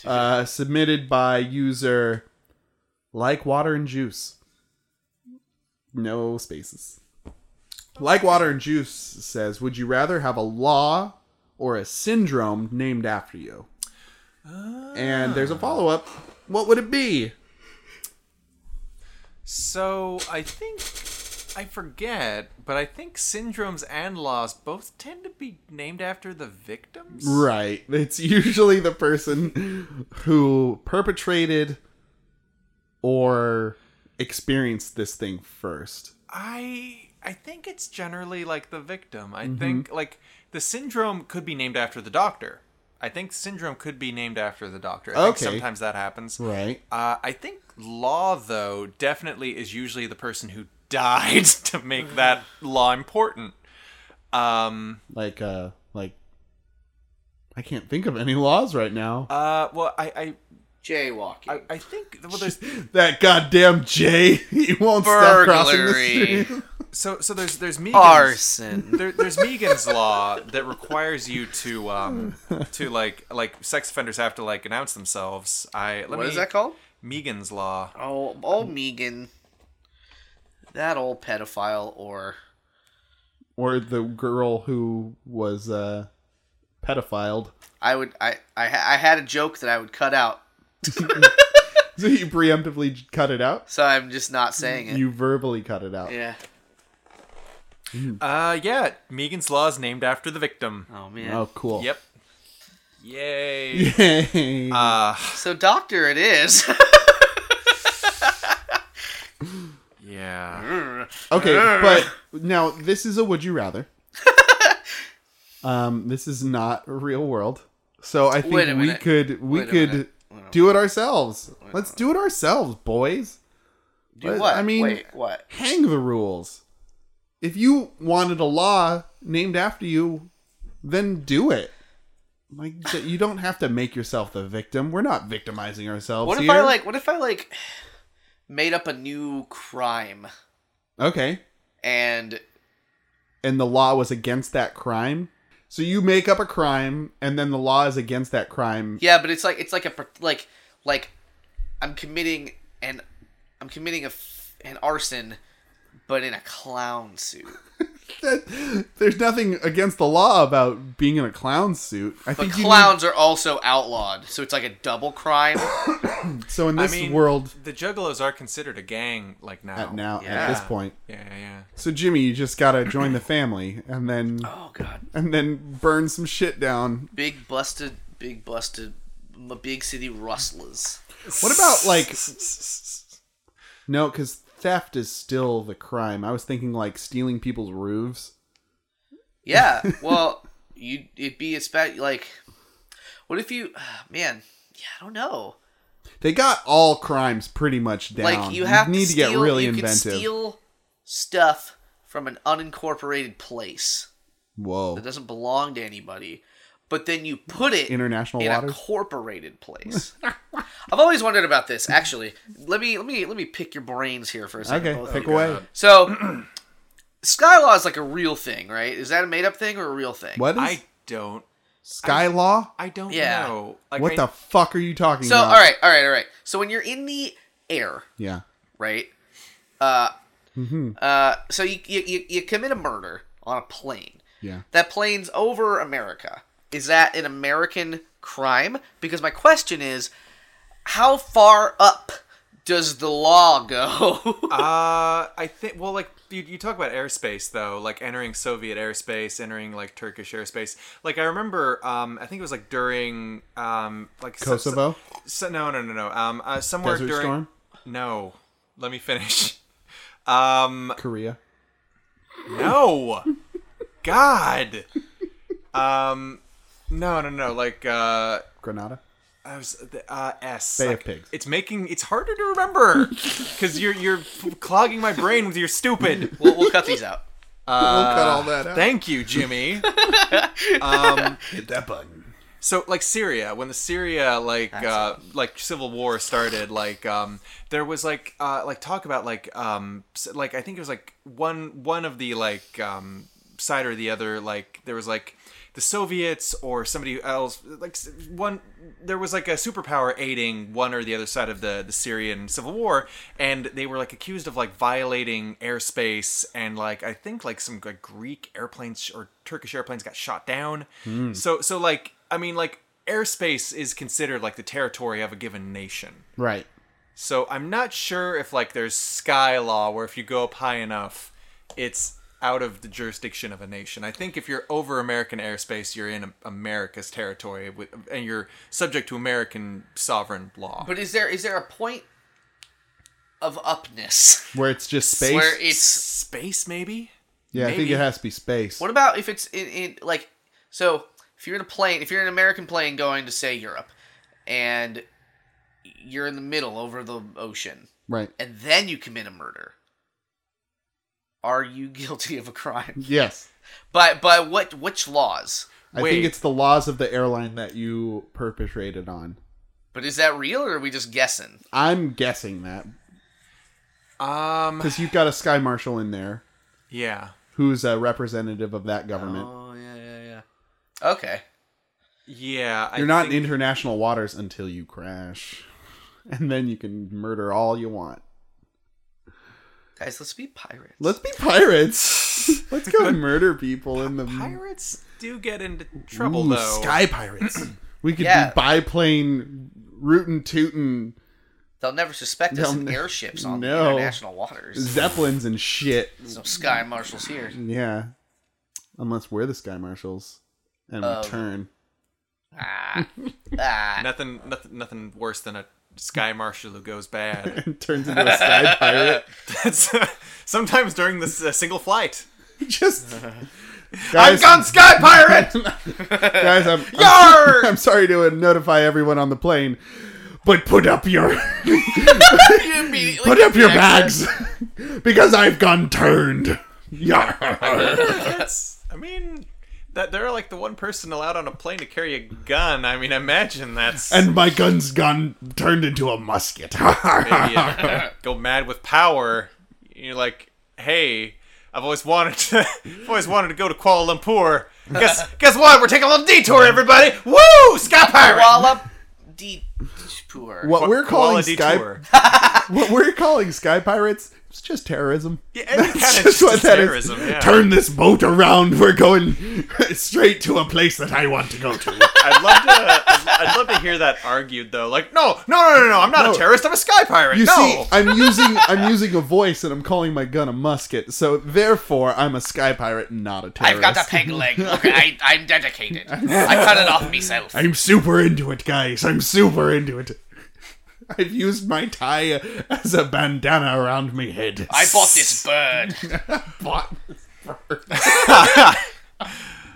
A: uh, submitted by user Like Water and Juice. No spaces. Like Water and Juice says Would you rather have a law or a syndrome named after you? And
C: Ah.
A: there's a follow up. What would it be?
B: So I think I forget, but I think syndromes and laws both tend to be named after the victims.
A: Right. It's usually the person who perpetrated or experienced this thing first.
B: I I think it's generally like the victim.
A: Mm-hmm.
B: I think like the syndrome could be named after the doctor. I think syndrome could be named after the doctor. I think
A: Okay.
B: sometimes that happens.
A: Right.
B: Uh, I think law though definitely is usually the person who died to make that law important. Um
A: Like uh like I can't think of any laws right now.
B: uh well I
C: Jaywalking.
B: I I, I think well there's
A: that goddamn Jay, he won't stop crossing the
C: Burglary.
A: street.
B: so so there's there's Megan's
C: Arson.
B: there, there's Megan's law that requires you to um to like like sex offenders have to like announce themselves. I let
C: what
B: me,
C: is that called?
B: Megan's law.
C: Oh, old Megan. That old pedophile or
A: Or the girl who was uh pedophiled.
C: I would I I, ha- I had a joke that I would cut out,
A: So you preemptively cut it out?
C: so I'm just not saying it.
A: You verbally cut it out.
C: yeah.
B: Uh yeah, Megan's law is named after the victim.
C: Oh man.
A: Oh cool.
B: Yep. Yay.
A: Yay.
B: Uh
C: So doctor, it is.
B: yeah.
A: Okay, but now this is a would you rather. um, this is not real world, so I think
C: Wait a
A: we
C: minute.
A: could we
C: Wait a
A: could
C: minute. Wait a
A: do it ourselves. Let's do it ourselves, boys.
C: Do what?
A: I mean,
C: wait, what?
A: hang the rules. If you wanted a law named after you, then do it. Like th- you don't have to make yourself the victim. We're not victimizing ourselves.
C: What if
A: here.
C: I like? What if I like made up a new crime
A: Okay,
C: and
A: and the law was against that crime. So you make up a crime, and then the law is against that crime.
C: yeah, but it's like it's like a pr- like like I'm committing an I'm committing a f- an arson, but in a clown suit.
A: That, there's nothing against the law about being in a clown suit. I
C: But
A: think you
C: clowns are also outlawed, so it's like a double crime.
A: need- so in this
B: I mean,
A: world
B: the Juggalos are considered a gang like now.
A: at now at
C: yeah.
A: this point.
B: Yeah, yeah, yeah.
A: So Jimmy, you just gotta join the family and then
C: oh god.
A: and then burn some shit down.
C: Big busted, big busted, m- big city rustlers.
A: What about like no? Because theft is still the crime. I was thinking like stealing people's roofs.
C: Yeah. Well, you it'd be expect like, what if you, uh, man? Yeah, I don't know.
A: They got all crimes pretty much down.
C: Like you have
A: need
C: to,
A: to,
C: steal,
A: get really
C: you
A: inventive.
C: Can steal stuff from an unincorporated place.
A: Whoa.
C: It doesn't belong to anybody. But then you put it
A: International
C: in a
A: waters.
C: corporated place. I've always wondered about this. Actually, let me let me let me pick your brains here for a second.
A: Okay,
C: both of
A: pick
C: you.
A: away.
C: So, sky law is like a real thing, right? Is that a made up thing or a real thing?
A: What is
B: I don't.
A: sky law?
B: I don't
C: Yeah.
B: know. Like,
A: what
B: I-
A: the fuck are you talking
C: So,
A: about?
C: all right, all right, all right. So when you're in the air,
A: Yeah.
C: right? Uh, uh, so you, you you- you commit a murder on a plane.
A: Yeah.
C: That plane's over America. Is that an American crime? Because my question is, how far up does the law go?
B: Uh, I think. Well, like you, you talk about airspace though, like entering Soviet airspace, entering like Turkish airspace. Like I remember, um, I think it was like during, um, like so-
A: Kosovo?
B: So, no, no, no, no. Um, uh, somewhere
A: Desert
B: during.
A: Storm?
B: No, let me finish. Um,
A: Korea?
B: no, God. Um, no, no, no. Like, uh,
A: Granada?
B: I was the uh, S.
A: Bay of
B: like,
A: Pigs.
B: It's making it's harder to remember because you're you're clogging my brain with your stupid.
C: we'll, we'll cut these out.
A: we'll cut all that out.
B: Thank you, Jimmy.
A: Hit that button.
B: so like Syria, when the Syria like uh, like civil war started, like um, there was like uh, like talk about like um, s- like I think it was like one one of the like um, side or the other like there was like the Soviets or somebody else like s- one there was like a superpower aiding one or the other side of the the Syrian civil war and they were like accused of like violating airspace and like I think like some like Greek airplanes or Turkish airplanes got shot down. So so like I mean like airspace is considered like the territory of a given nation.
A: Right.
B: So I'm not sure if like there's sky law where if you go up high enough, it's out of the jurisdiction of a nation. I think if you're over American airspace, you're in America's territory with, and you're subject to American sovereign law.
C: But is there is there a point of upness
A: Where it's just space?
C: where it's
B: space maybe?
A: yeah, I think
B: maybe.
A: it has to be space.
C: What about if it's in, in like so if you're in a plane if you're an American plane going to say Europe and you're in the middle over the ocean
A: Right.
C: and then you commit a murder are you guilty of a crime
A: Yes.
C: by by what which laws
A: I
B: Wait.
A: think it's the laws of the airline that you perpetrated on.
C: but is that real or are we just guessing
A: I'm guessing that
B: Um
A: because you've got a sky marshal in there
B: yeah.
A: who's a representative of that government.
C: Oh, yeah yeah yeah okay
B: Yeah, I
A: You're not
B: think-
A: in international waters until you crash, and then you can murder all you want.
C: guys let's be pirates
A: Let's be pirates. Let's go and murder people in the
B: pirates do get into trouble
A: Ooh,
B: though.
A: Sky pirates. we could
C: Yeah.
A: be biplane rootin' tootin'
C: they'll never suspect
A: They'll
C: us in
A: ne-
C: airships on the
A: No.
C: international waters
A: zeppelins and shit.
C: no sky marshals here
A: Yeah, unless we're the sky marshals and we
C: Um,
A: turn.
C: ah, ah.
B: Nothing nothing nothing worse than a sky marshal who goes bad.
A: and turns into a sky pirate.
B: That's sometimes during this uh, single flight.
A: Just guys,
B: Sky Pirate!
A: guys, I'm,
B: Yarr!
A: I'm, I'm sorry to notify everyone on the plane, but put up your
C: You immediately
A: put up your
C: connect that
A: bags because I've gone turned. Yarr.
B: That's, I mean, that they're like the one person allowed on a plane to carry a gun. I mean, imagine that's.
A: and my gun's gone turned into a musket.
B: Yeah, go mad with power. You're like, hey, I've always wanted to, I've always wanted to go to Kuala Lumpur. Guess, guess what? We're taking a little detour, everybody. Woo! Sky Pirate.
C: Kuala D Poor.
A: what we're calling
B: Kuala
A: sky
B: detour.
A: what we're calling sky pirates is just terrorism.
B: Yeah, it's kinda just terrorism, yeah.
A: Turn this boat around. We're going straight to a place that I want to go to.
B: I'd love to. I'd, I'd love to hear that argued though. Like, no, no, no, no, no. I'm not a terrorist. I'm a sky pirate.
A: You
B: no.
A: see, I'm using I'm using a voice and I'm calling my gun a musket, so therefore I'm a sky pirate, not a
C: I've
A: terrorist.
C: got a peg leg. Look, I, I'm dedicated. I cut it off myself.
A: I'm super into it, guys. I'm super into it. I've used my tie as a bandana around my head.
C: I bought this bird.
A: bought this bird.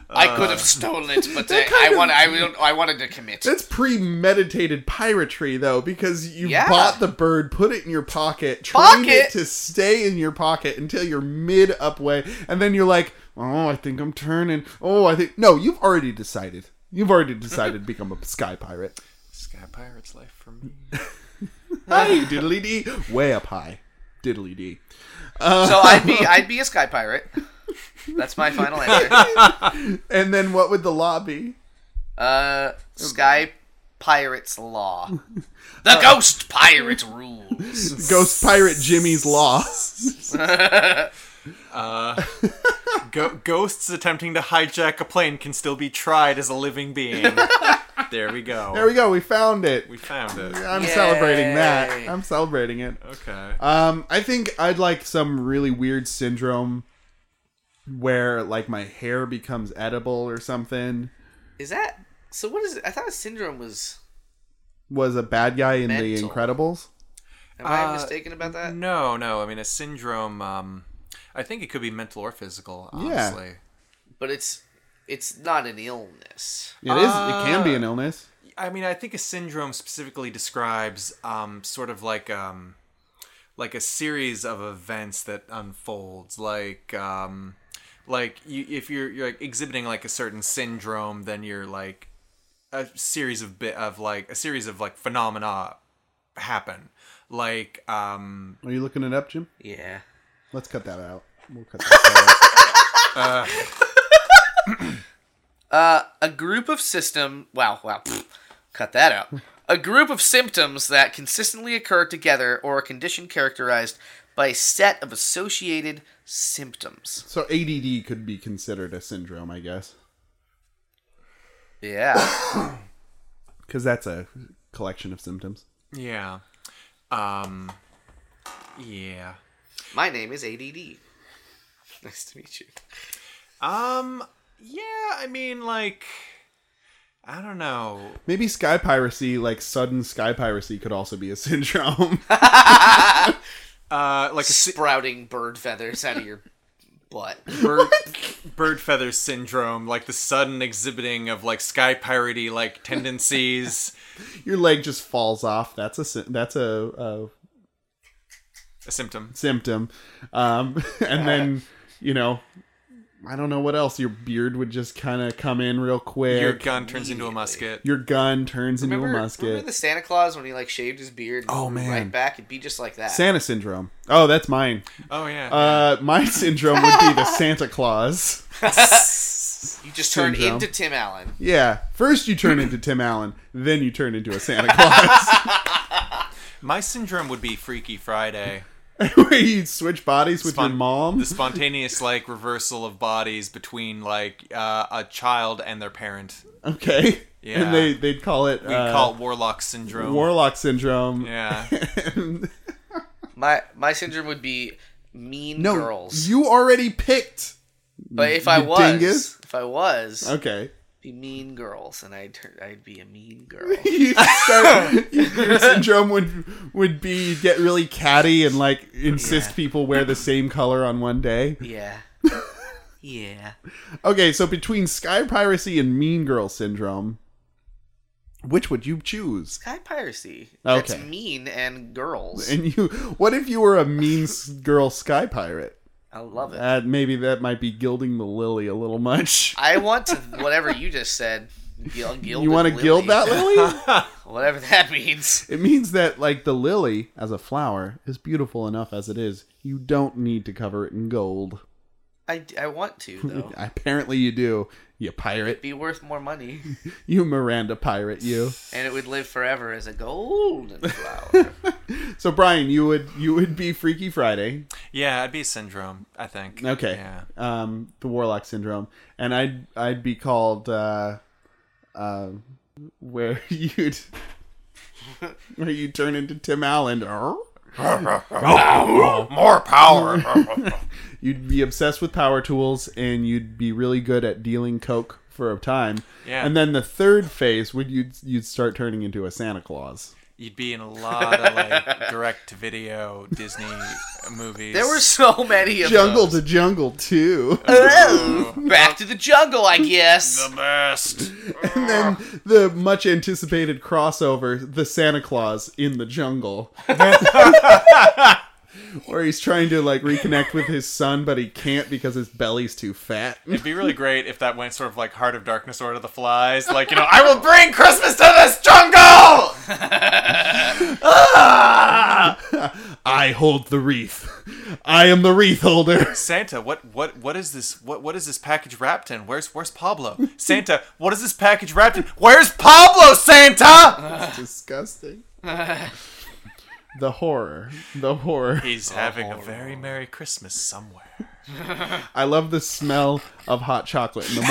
C: I could have stolen it, but uh, I
A: of-
C: want I don't I wanted to commit.
A: That's premeditated piratry, though, because you
C: Yeah.
A: bought the bird, put it in your pocket, trained it
C: Pocket?
A: to stay in your pocket until you're mid upway, and then you're like, "Oh, I think I'm turning." Oh, I think no, you've already decided. You've already decided to become a sky pirate.
B: Sky Pirate's life for me.
A: Hey, diddly dee, way up high, diddly dee.
C: So I'd be I'd be a sky pirate. That's my final answer.
A: And then what would the law be?
C: Uh, sky pirates law. Uh, The ghost pirate rules.
A: Ghost pirate Jimmy's law.
B: Uh, Go- ghosts attempting to hijack a plane can still be tried as a living being. there we go.
A: There we go. We found it.
B: we found it.
A: I'm celebrating that.
C: Yay.
A: I'm celebrating it.
B: Okay.
A: Um, I think I'd like some really weird syndrome where like my hair becomes edible or something.
C: Is that so? What is it? I thought a syndrome was.
A: Was a bad guy in The
C: Mental.
A: Incredibles.
C: Am I
B: Uh,
C: mistaken about that?
B: No, no. I mean, a syndrome. Um, I think it could be mental or physical.
A: Yeah.
B: Honestly,
C: But it's it's not an illness.
A: It is. It can be an illness.
B: I mean, I think a syndrome specifically describes um, sort of like um, like a series of events that unfolds. Like um, like you, if you're you're like exhibiting like a certain syndrome, then you're like a series of bit of like a series of like phenomena happen. Like um,
A: Are you looking it up, Jim?
C: Yeah.
A: Let's cut that out. We'll cut that
C: Uh, a group of system. Wow, wow. Pfft. Cut that out. A group of symptoms that consistently occur together, or a condition characterized by a set of associated symptoms.
A: out. So ADD could be considered a syndrome, I guess,
C: Yeah.
A: because that's a collection of symptoms.
B: yeah, um, yeah.
C: My name is ADD. Nice to meet you.
B: Um, yeah, I mean, like, I don't know.
A: Maybe sky piracy, like sudden sky piracy, could also be a syndrome.
B: Uh, like a si-
C: Sprouting bird feathers out of your butt.
B: bird, bird feather syndrome, like the sudden exhibiting of like sky piratey like tendencies,
A: Your leg just falls off. That's a sy- that's a, a
B: a symptom.
A: symptom. Um, and then, you know, I don't know what else. Your beard would just kind of come in real quick.
B: Your
A: Your,
B: gun turns into a
C: Immediately.
B: musket.
A: gun turns
C: Remember,
A: into a
C: remember
A: musket.
C: the Santa Claus when he like shaved his beard? And
A: Oh,
C: grew it
A: man.
C: Right back, it'd be just like that.
A: Santa syndrome. Oh, that's mine.
B: Oh yeah.
A: Uh, my syndrome would be the Santa Claus.
C: you just turn
A: syndrome.
C: into Tim Allen.
A: Yeah, first you turn into Tim Allen, then you turn into a Santa Claus.
B: My syndrome would be Freaky Friday.
A: Where you switch bodies with
B: Spon-
A: your mom.
B: The spontaneous like reversal of bodies between like uh, a child and their parent.
A: Okay.
B: Yeah.
A: And they they'd call it,
B: We
A: uh,
B: call it Warlock syndrome.
A: Warlock syndrome.
B: yeah.
C: My my syndrome would be mean
A: No,
C: girls.
A: you already picked.
C: but if I
A: you
C: was,
A: dingus.
C: if I was, it'd
A: Okay.
C: be mean girls, and I'd turn, I'd be a mean girl.
A: you start, your syndrome would would be you get really catty and like insist
C: Yeah.
A: people wear the same color on one day.
C: yeah, yeah.
A: Okay, so between sky piracy and mean girl syndrome, which would you choose?
C: Sky piracy. That's
A: Okay.
C: mean and girls.
A: And you, what if you were a mean s- girl sky pirate?
C: I love it.
A: Uh, maybe that might be gilding the lily a little much.
C: I want to whatever you just said. Gil, gilded
A: You want to
C: lily.
A: gild that lily?
C: Whatever that means.
A: it means that like the lily as a flower is beautiful enough as it is. You don't need to cover it in gold.
C: I, I want to though.
A: Apparently you do. You pirate.
C: be worth more money,
A: You Miranda pirate you.
C: and it would live forever as a golden flower.
A: So Brian, you would you would be Freaky Friday.
B: Yeah, it'd be a syndrome, I think.
A: Okay.
B: Yeah.
A: Um the Warlock syndrome. And I'd I'd be called uh uh where you'd where you turn into Tim Allen.
B: More power.
A: You'd be obsessed with power tools and you'd be really good at dealing coke for a time.
B: Yeah.
A: And then the third phase would you'd you'd start turning into a Santa Claus.
B: you'd be in a lot of like direct to video Disney movies.
C: There were so many of
A: Jungle to Jungle too.
C: them. Back to the jungle, I guess.
B: the best.
A: and then the much anticipated crossover, the Santa Claus in the jungle. Where he's trying to like reconnect with his son, but he can't because his belly's too fat.
B: It'd be really great if that went sort of like Heart of Darkness or to the Flies. Like, you know, I will bring Christmas to this jungle!
A: I hold the wreath. I am the wreath holder.
B: Santa, what what what is this what what is this package wrapped in? Where's where's Pablo? Santa, what is this package wrapped in? Where's Pablo, Santa?
A: Disgusting. the horror. The horror.
B: He's having a very Merry Christmas somewhere.
A: I love the smell of hot chocolate in the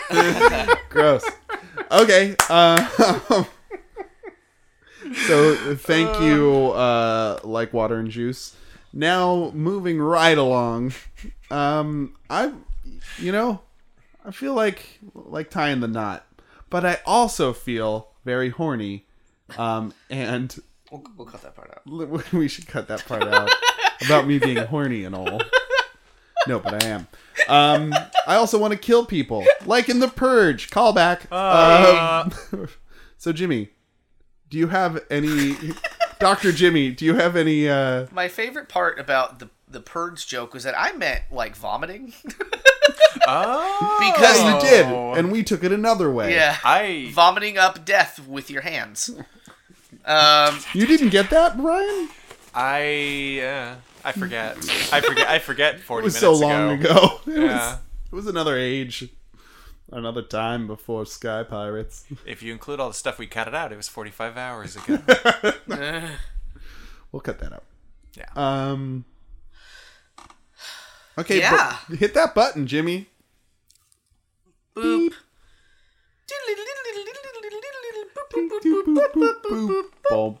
A: morning. Gross. Okay. Uh, so thank you, uh, like water and juice. Now moving right along, um, I, you know, I feel like like tying the knot, but I also feel very horny, um, and
C: We'll, we'll cut that part out.
A: L- We should cut that part out about me being horny and all. No, but I am. Um, I also want to kill people, like in The Purge. Callback. Um, so, Jimmy, do you have any? Doctor Jimmy, do you have any? Uh,
C: My favorite part about the the purge joke was that I meant like vomiting.
B: Oh
C: Because
A: yes, you did, and we took it another way.
C: yeah,
B: I
C: vomiting up death with your hands. Um,
A: You didn't get that, Brian?
B: I uh, I forget. I forget I forget
A: It
B: forty
A: was so
B: minutes
A: long
B: ago.
A: ago. It,
B: Yeah.
A: was, it was another age, another time before Sky Pirates.
B: If you include all the stuff we cut it out, it was forty five hours ago.
A: We'll cut that out.
B: Yeah.
A: Um. Okay.
C: Yeah.
A: but hit that button, Jimmy.
C: boop.
A: Boom.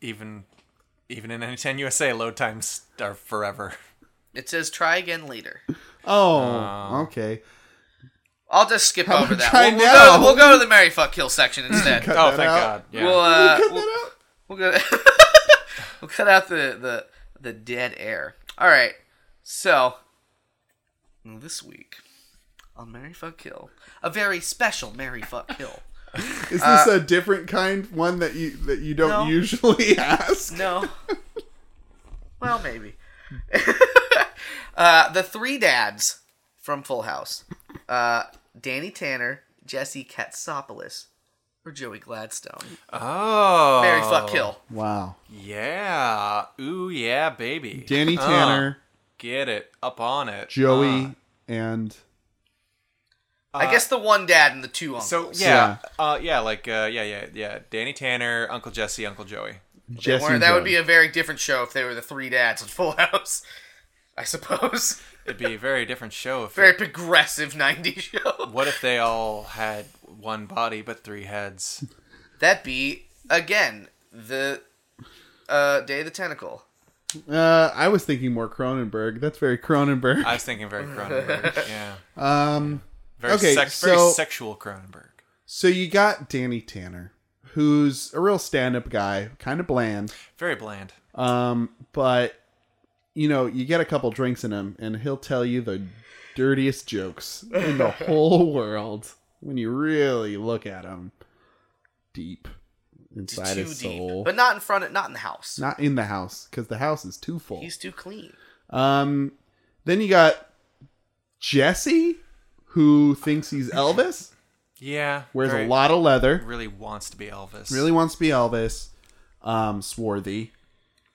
B: even even in N10 USA, load times are forever.
C: It says try again later.
A: Oh. Okay.
C: I'll just skip over that.
A: try
C: We'll, we'll
A: now.
C: go we'll go to the Mary Fuck Kill section instead.
A: Cut that
B: Oh, thank
A: out.
B: God. Yeah.
C: We'll, uh,
A: Cut
C: we'll,
A: that out.
C: we'll, go we'll cut out the, the, the dead air. All right. So, this week on Mary Fuck Kill, a very special Mary Fuck Kill.
A: Is this a different kind one that you that you don't
C: uh, No.
A: usually ask?
C: No. well, maybe. uh, the three dads from Full House uh, Danny Tanner, Jesse Katsopoulos, or Joey Gladstone.
B: oh.
C: Mary Fuck Kill.
A: Wow.
B: Yeah. Ooh, yeah, baby.
A: Danny
C: Oh.
B: Uh,
A: Tanner,
B: get it. Up on it.
A: Joey,
C: Uh.
A: and
C: I guess the one dad and the two uncles.
B: Uh, So, yeah. Uh, yeah, like, uh, yeah, yeah, yeah. Danny Tanner, Uncle Jesse, Uncle Joey.
A: Jesse.
C: Or
A: and
C: that would
A: Joey.
C: be a very different show if they were the three dads in Full House, I suppose.
B: It'd be a very different show if.
C: Very
B: it-
C: progressive 90s show.
B: what if they all had one body but three heads?
C: That be, again, the uh, Day of the Tentacle.
A: Uh, I was thinking more Cronenberg. That's very Cronenberg.
B: I was thinking very Cronenberg. yeah.
A: Um.
B: Very,
A: Okay,
B: sex,
A: so-
B: very sexual Cronenberg.
A: So you got Danny Tanner, who's a real stand-up guy, kind of bland.
B: Very bland.
A: Um, but you know, you get a couple drinks in him, and he'll tell you the dirtiest jokes in the whole world when you really look at him deep inside
C: Too
A: his soul.
C: deep. But not in front of, not in the house.
A: Not in the house because the house is too full.
C: He's too clean.
A: Um, then you got Jesse, who thinks he's Elvis,
B: Yeah.
A: wears
B: very-
A: a lot of leather.
B: Really wants to be Elvis.
A: really wants to be Elvis. Um, swarthy.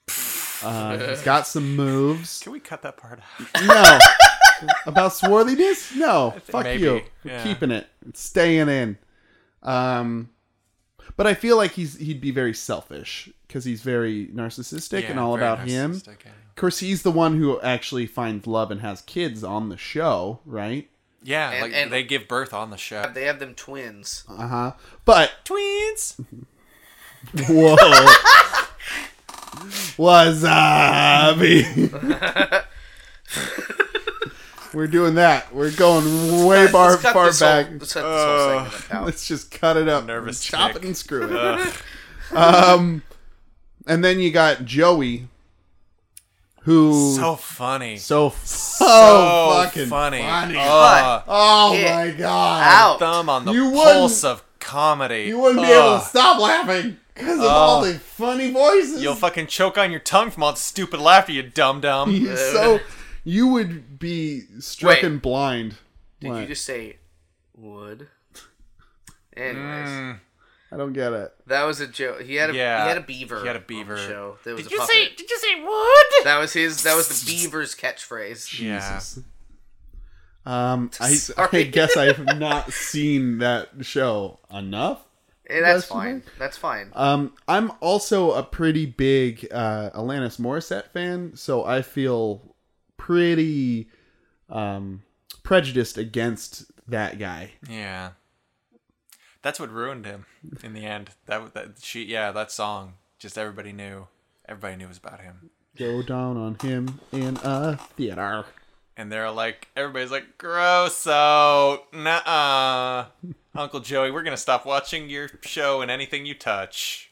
A: Uh, he's got some moves.
B: Can we cut that part out?
A: No. About swarthiness? No. Fuck
B: maybe.
A: you.
B: Yeah.
A: Keeping it. It's staying in. Um, but I feel like he's he'd be very selfish because he's very narcissistic and
B: Yeah,
A: all
B: very
A: about him. Of
B: narcissistic, yeah.
A: course, he's the one who actually finds love and has kids on the show, right?
B: Yeah,
C: And-
B: like
C: and-
B: they give birth on the show.
C: They have them twins.
A: Uh huh. But
B: Tweens.
A: whoa, wasabi. We're doing that. We're going way
C: Let's
A: far,
C: cut
A: far
C: this whole-
A: back.
C: let's cut this whole
B: Ugh.
C: segment out.
A: Let's just cut it up.
B: Nervous
A: Chop
B: tick.
A: it and screw it. um, and then you got Joey, who
B: So funny. So,
A: so, so fucking
B: funny.
A: funny.
B: Uh,
A: oh
C: Get
A: my god!
C: out.
B: thumb on the
A: You wouldn't-
B: pulse of comedy.
A: You wouldn't be
B: Ugh. Oh.
A: able to stop laughing because of all the funny voices.
B: You'll fucking choke on your tongue from all the stupid laughter, you dumb dumb.
A: You're so you would be struck
C: Wait.
A: and blind.
C: Did
A: What?
C: you just say wood?
A: Mm.
C: Anyways,
A: I don't get it.
C: that was a joke. He had a
B: Yeah.
C: he had a beaver.
B: He had a
C: on the
B: beaver.
C: show. That was
B: Did
C: a
B: you
C: puppet.
B: say? Did you say wood?
C: That was his. That was the beaver's catchphrase.
B: Yeah.
A: Jesus. Um, I, I
C: Sorry.
A: guess I have not seen that show enough.
C: Eh, that's
A: That's
C: fine. That's fine.
A: Um, I'm also a pretty big uh, Alanis Morissette fan, so I feel pretty um, prejudiced against that guy.
B: Yeah. That's what ruined him in the end. That that she yeah, that song just everybody knew. Everybody knew it was about him.
A: Go down on him in a theater.
B: And they're like everybody's like gross out. Nuh-uh. Uncle Joey, we're going to stop watching your show and anything you touch.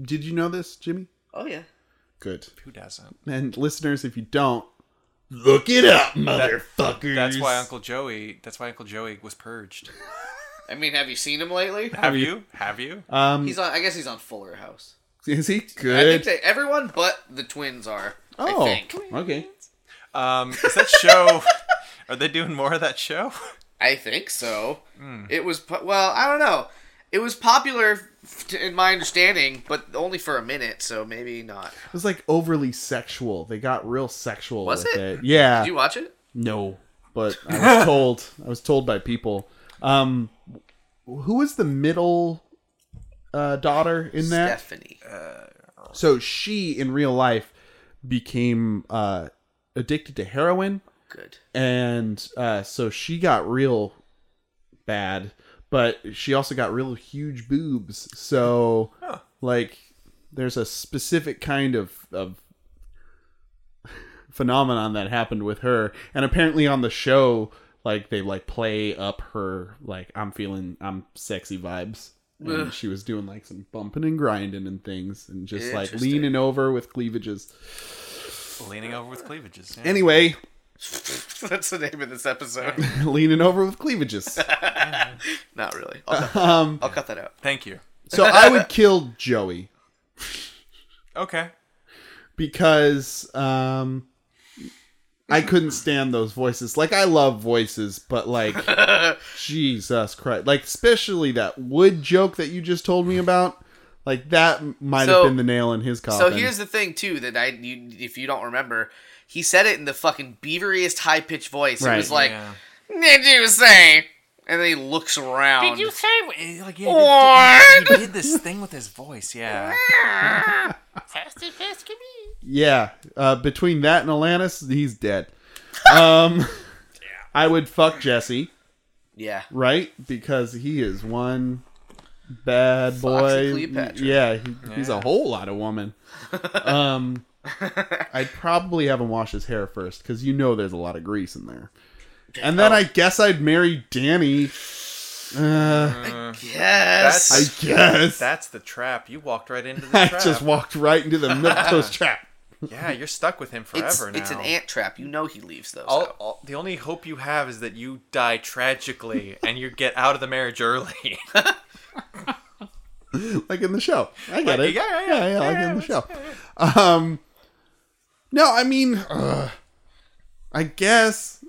A: Did you know this, Jimmy?
C: Oh yeah.
A: Good.
B: Who doesn't?
A: And listeners, if you don't, look it up, motherfuckers.
B: That's why Uncle Joey, that's why Uncle Joey was purged.
C: I mean, have you seen him lately?
B: Have you? Have you?
A: Um,
C: He's on. I guess he's on Fuller House.
A: is he
C: I think
A: good?
C: they, everyone but the twins are.
A: oh,
C: I think.
A: okay.
B: Um is that show Are they doing more of that show?
C: I think so.
B: Hmm.
C: It was po- well. I don't know. It was popular, f- in my understanding, but only for a minute. So maybe not.
A: It was like overly sexual. They got real sexual
C: Was
A: with
C: it?
A: it. Yeah.
C: Did you watch it?
A: No, but I was told. I was told by people. Um, who was the middle uh, daughter in that?
C: Stephanie.
A: So she, in real life, became uh, addicted to heroin,
C: Good.
A: and uh, so she got real bad. But she also got real huge boobs. So, like, there's a specific kind of of phenomenon that happened with her and apparently on the show like they like play up her like i'm feeling i'm sexy vibes and
C: Ugh.
A: she was doing like some bumping and grinding and things and just like
C: Interesting.
A: leaning over with cleavages
B: Leaning over with cleavages. yeah.
A: anyway
C: That's the name of this episode.
A: leaning over with cleavages
C: not really. I'll cut,
A: um
C: I'll cut that out.
B: Thank you.
A: so i would kill joey
B: Okay.
A: because um I couldn't stand those voices. Like I love voices, but like Jesus Christ. Like especially that wood joke that you just told me about. Like that might
C: So-
A: have been the nail in his coffin.
C: So here's the thing too that I you, if you don't remember, he said it in the fucking beaveriest high pitched voice. It
A: Right.
C: was like,
B: yeah.
C: "Did you say?" And then he looks around.
B: Did you say eh, like yeah,
C: What?
B: he did- he, did this thing with his voice? Yeah.
D: Faster, faster, me.
A: Yeah. Uh, between that and Alanis, he's dead. Um I would fuck Jesse,
C: Yeah.
A: right? Because he is one bad boy.
C: Cleopatra.
A: Yeah, he, he's
B: Yeah.
A: a whole lot of woman. Um I'd probably have him wash his hair first because you know there's a lot of grease in there. And then I guess I'd marry Danny.
B: Mm,
A: Uh,
C: Yes.
A: I guess I
B: That's the trap. You walked right into the trap.
A: just walked right into the milk toast trap.
B: yeah, you're stuck with him forever
C: it's,
B: now.
C: it's an ant trap. You know he leaves those.
B: All,
C: out.
B: all, the only hope you have is that you die tragically and you get out of the marriage early.
A: like in the show. I get
B: Like,
A: it.
B: yeah, yeah, yeah.
A: yeah, like
B: Yeah,
A: in the show. Um, no, I mean, uh, I guess,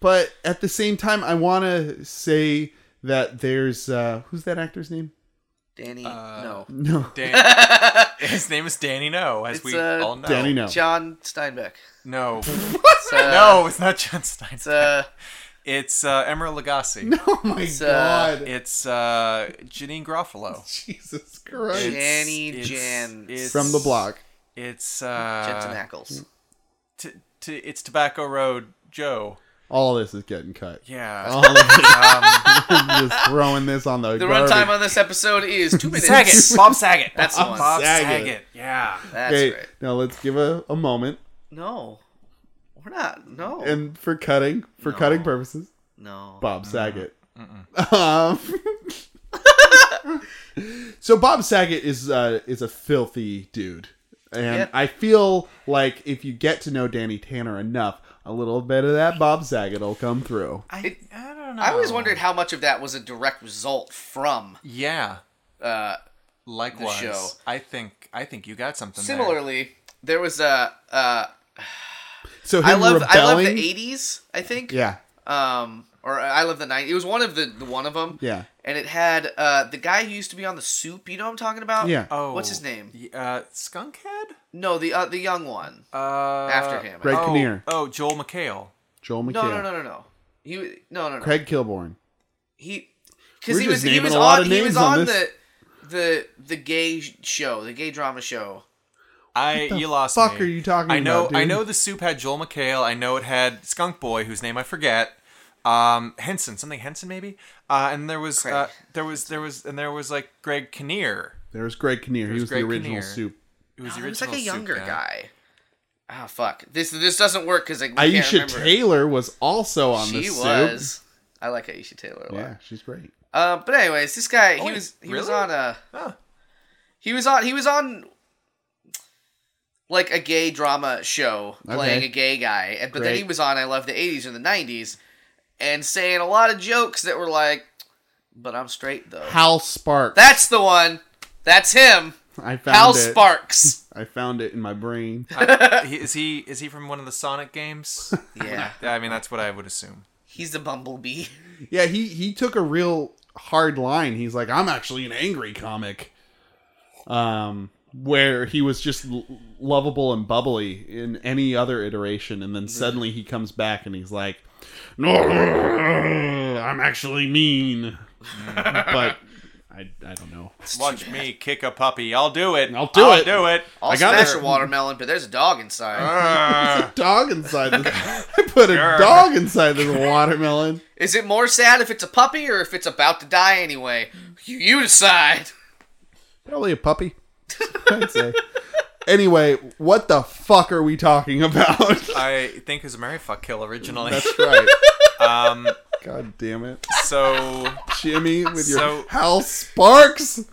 A: but at the same time, I want to say that there's uh, who's that actor's name?
C: Danny,
B: uh,
C: no.
A: No,
B: Dan- his name is Danny No, as
C: It's,
B: we
C: uh,
B: all know.
A: Danny. No,
C: John Steinbeck.
B: No,
C: It's, uh,
B: no, it's not John Stein.
C: It's, uh,
B: It's uh, Emeril Lagasse.
A: oh my
C: uh,
A: god,
B: It's uh, Janine Garofalo.
A: Jesus Christ!
B: It's-
C: Danny
B: it's-
C: Jan-
B: it's-
A: From the block.
B: It's uh,
C: Jensen Ackles.
B: t- t- it's Tobacco Road Joe.
A: All this is getting cut.
B: Yeah. Um,
A: All of it. I'm just throwing this on the,
C: The
A: garbage.
C: runtime on this episode is two minutes.
B: Saget. Bob Saget. That's
C: the one.
B: Bob
A: Saget.
B: Saget. Yeah.
C: That's
A: Okay,
C: right.
A: now let's give a, a moment.
C: No. We're We're not. No.
A: and for cutting for cutting purposes,
C: no.
A: Bob Saget. Um, so Bob Saget is uh, is a filthy dude, and
C: Yeah.
A: I feel like if you get to know Danny Tanner enough, a little bit of that Bob Saget will come through.
B: I, I don't know.
C: I always wondered how much of that was a direct result from.
B: Yeah.
C: Uh,
B: Likewise.
C: show.
B: I think I think you got something. there.
C: similarly, there was a. Uh,
A: So
C: I
A: him
C: love. I love
A: rebelling,
C: the '80s. I think.
A: yeah,
C: Um, or I love the '90s. It was one of the, the one of them.
A: yeah.
C: And it had uh the guy who used to be on the Soup. You know what I'm talking about?
A: Yeah.
B: Oh.
C: What's his name?
B: y- Uh, Skunkhead.
C: No, the uh, the young one
B: Uh,
C: after him.
A: Greg
B: oh,
A: Kinnear.
B: Oh, Joel McHale.
A: Joel McHale,
C: No, no, no, no, no. He no, no, no.
A: Craig Kilborn. We're
C: He because he
A: just
C: was he
A: naming
C: was
A: a lot
C: on
A: of
C: he
A: names
C: was
A: on
C: on the
A: this.
C: the the gay sh- show, the gay drama show.
B: I
A: the
B: you lost
A: fuck
B: me.
A: are you talking
B: I know
A: about, dude?
B: I know the soup had Joel McHale. I know it had Skunk Boy, whose name I forget. Um, Henson, something Henson maybe. Uh, and there was uh,
C: Craig.
B: there was there was and there was like Greg Kinnear.
A: There was Greg Kinnear. He was
B: Greg
A: the original
B: Kinnear.
A: soup.
B: It was,
C: Oh,
B: the
C: he was like
B: original
C: a
B: Soup
C: younger
B: guy.
C: guy. Ah, fuck. This this doesn't work because I can't
A: Aisha
C: remember.
A: Taylor was also on the
C: she
A: soup.
C: was. I like Aisha Taylor a lot.
A: Yeah, she's great.
C: Uh, but anyways, this guy he
B: wait,
C: was he was
B: Oh, really?
C: on a
B: Huh.
C: he was on he was on like a gay drama show playing
A: Okay.
C: a gay guy, and but then he
A: Great.
C: was on I love the '80s or the '90s, and saying a lot of jokes that were like, "But I'm straight though."
A: Hal Sparks.
C: That's the one. That's him.
A: I found
C: Hal
A: it.
C: Sparks.
A: I found it in my brain.
C: Uh.
B: I- he- is he is he from one of the Sonic games?
C: yeah,
B: Yeah, I mean that's what I would assume.
C: he's the bumblebee.
A: Yeah, he he took a real hard line. He's like, I'm actually an angry comic. Um, where he was just l- lovable and bubbly in any other iteration, and then suddenly he comes back and he's like, No, I'm actually mean. but I I don't know.
B: Watch me kick a puppy. I'll do it.
A: I'll do it.
B: do it.
C: I'll
A: I got
C: smash
A: it.
C: a watermelon, but there's a dog inside.
B: Arrgh.
A: Dog inside this. I put a dog inside this watermelon.
C: Is it more sad if it's a puppy or if it's about to die anyway? You, you decide.
A: Probably a puppy. I'd say. Anyway, what the fuck are we talking about?
B: I think it was Mary Fuck Kill originally.
A: That's right.
B: Um,
A: God damn it.
B: so
A: Jimmy with your
B: So-
A: Hal Sparks.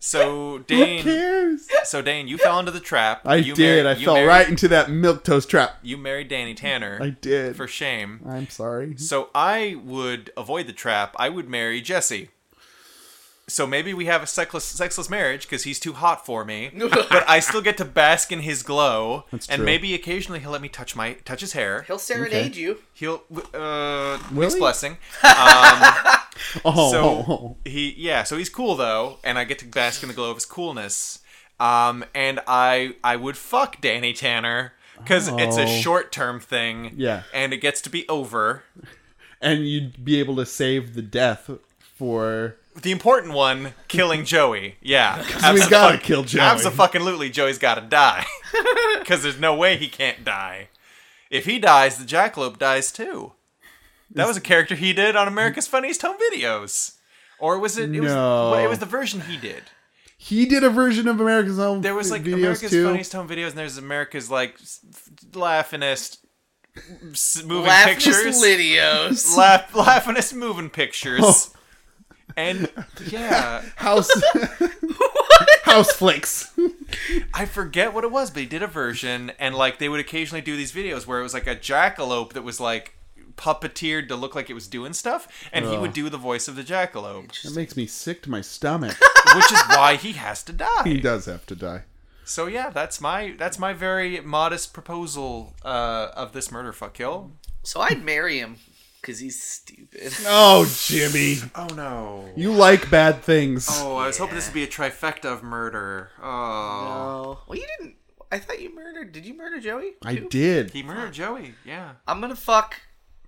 B: so
A: Who
B: Dane,
A: cares?
B: so Dane, you fell into the trap.
A: I
B: you
A: did.
B: mar-
A: I
B: you
A: fell
B: married-
A: right into that milk toast trap.
B: You married Danny Tanner.
A: I did.
B: For shame.
A: I'm sorry.
B: So I would avoid the trap. I would marry Jesse. So maybe we have a sexless, sexless marriage because he's too hot for me, but I still get to bask in his glow,
A: That's
B: and
A: true.
B: maybe occasionally he'll let me touch my touch his hair.
C: He'll serenade
A: Okay.
C: you.
B: He'll uh,
A: Will
B: his
A: he?
B: blessing.
A: Oh,
B: so
A: oh, oh.
B: he yeah so he's cool though and i get to bask in the glow of his coolness um and i i would fuck danny tanner because it's a
A: Oh.
B: short term thing
A: Yeah.
B: and it gets to be over
A: and you'd be able to save the death for.
B: the important one killing joey yeah
A: We
B: Abso-
A: gotta kill Joey.
B: absolutely joey's gotta die because there's no way he can't die if he dies the jackalope dies too that was a character he did on america's funniest home videos or was it it was
A: Mm. No.
B: well, it was the version he did
A: He did a version of America's Home.
B: There was like
A: videos
B: America's
A: too.
B: Funniest Home Videos, and there's America's like s- f- laughinest s- moving
C: Laughs
B: pictures,
C: Lydios.
B: laugh laughinest moving pictures,
A: Oh.
B: and yeah,
A: House House Flicks.
B: I forget what it was, but he did a version, and like they would occasionally do these videos where it was like a jackalope that was like puppeteered to look like it was doing stuff, and he would do the voice of the jackalope,
A: That makes me sick to my stomach.
B: which is why he has to
A: he
B: die.
A: does have to die.
B: So yeah, that's my that's my very modest proposal uh, of this murder fuck kill.
C: so I'd marry him because he's stupid.
A: Oh, Jimmy.
B: Oh no.
A: You like bad things.
B: Oh, I was hoping this would be a trifecta of murder. Oh.
C: Oh. Well, you didn't. I thought you murdered. Did you murder Joey?
A: I
C: too?
A: did.
B: He murdered Joey, yeah.
C: I'm gonna fuck.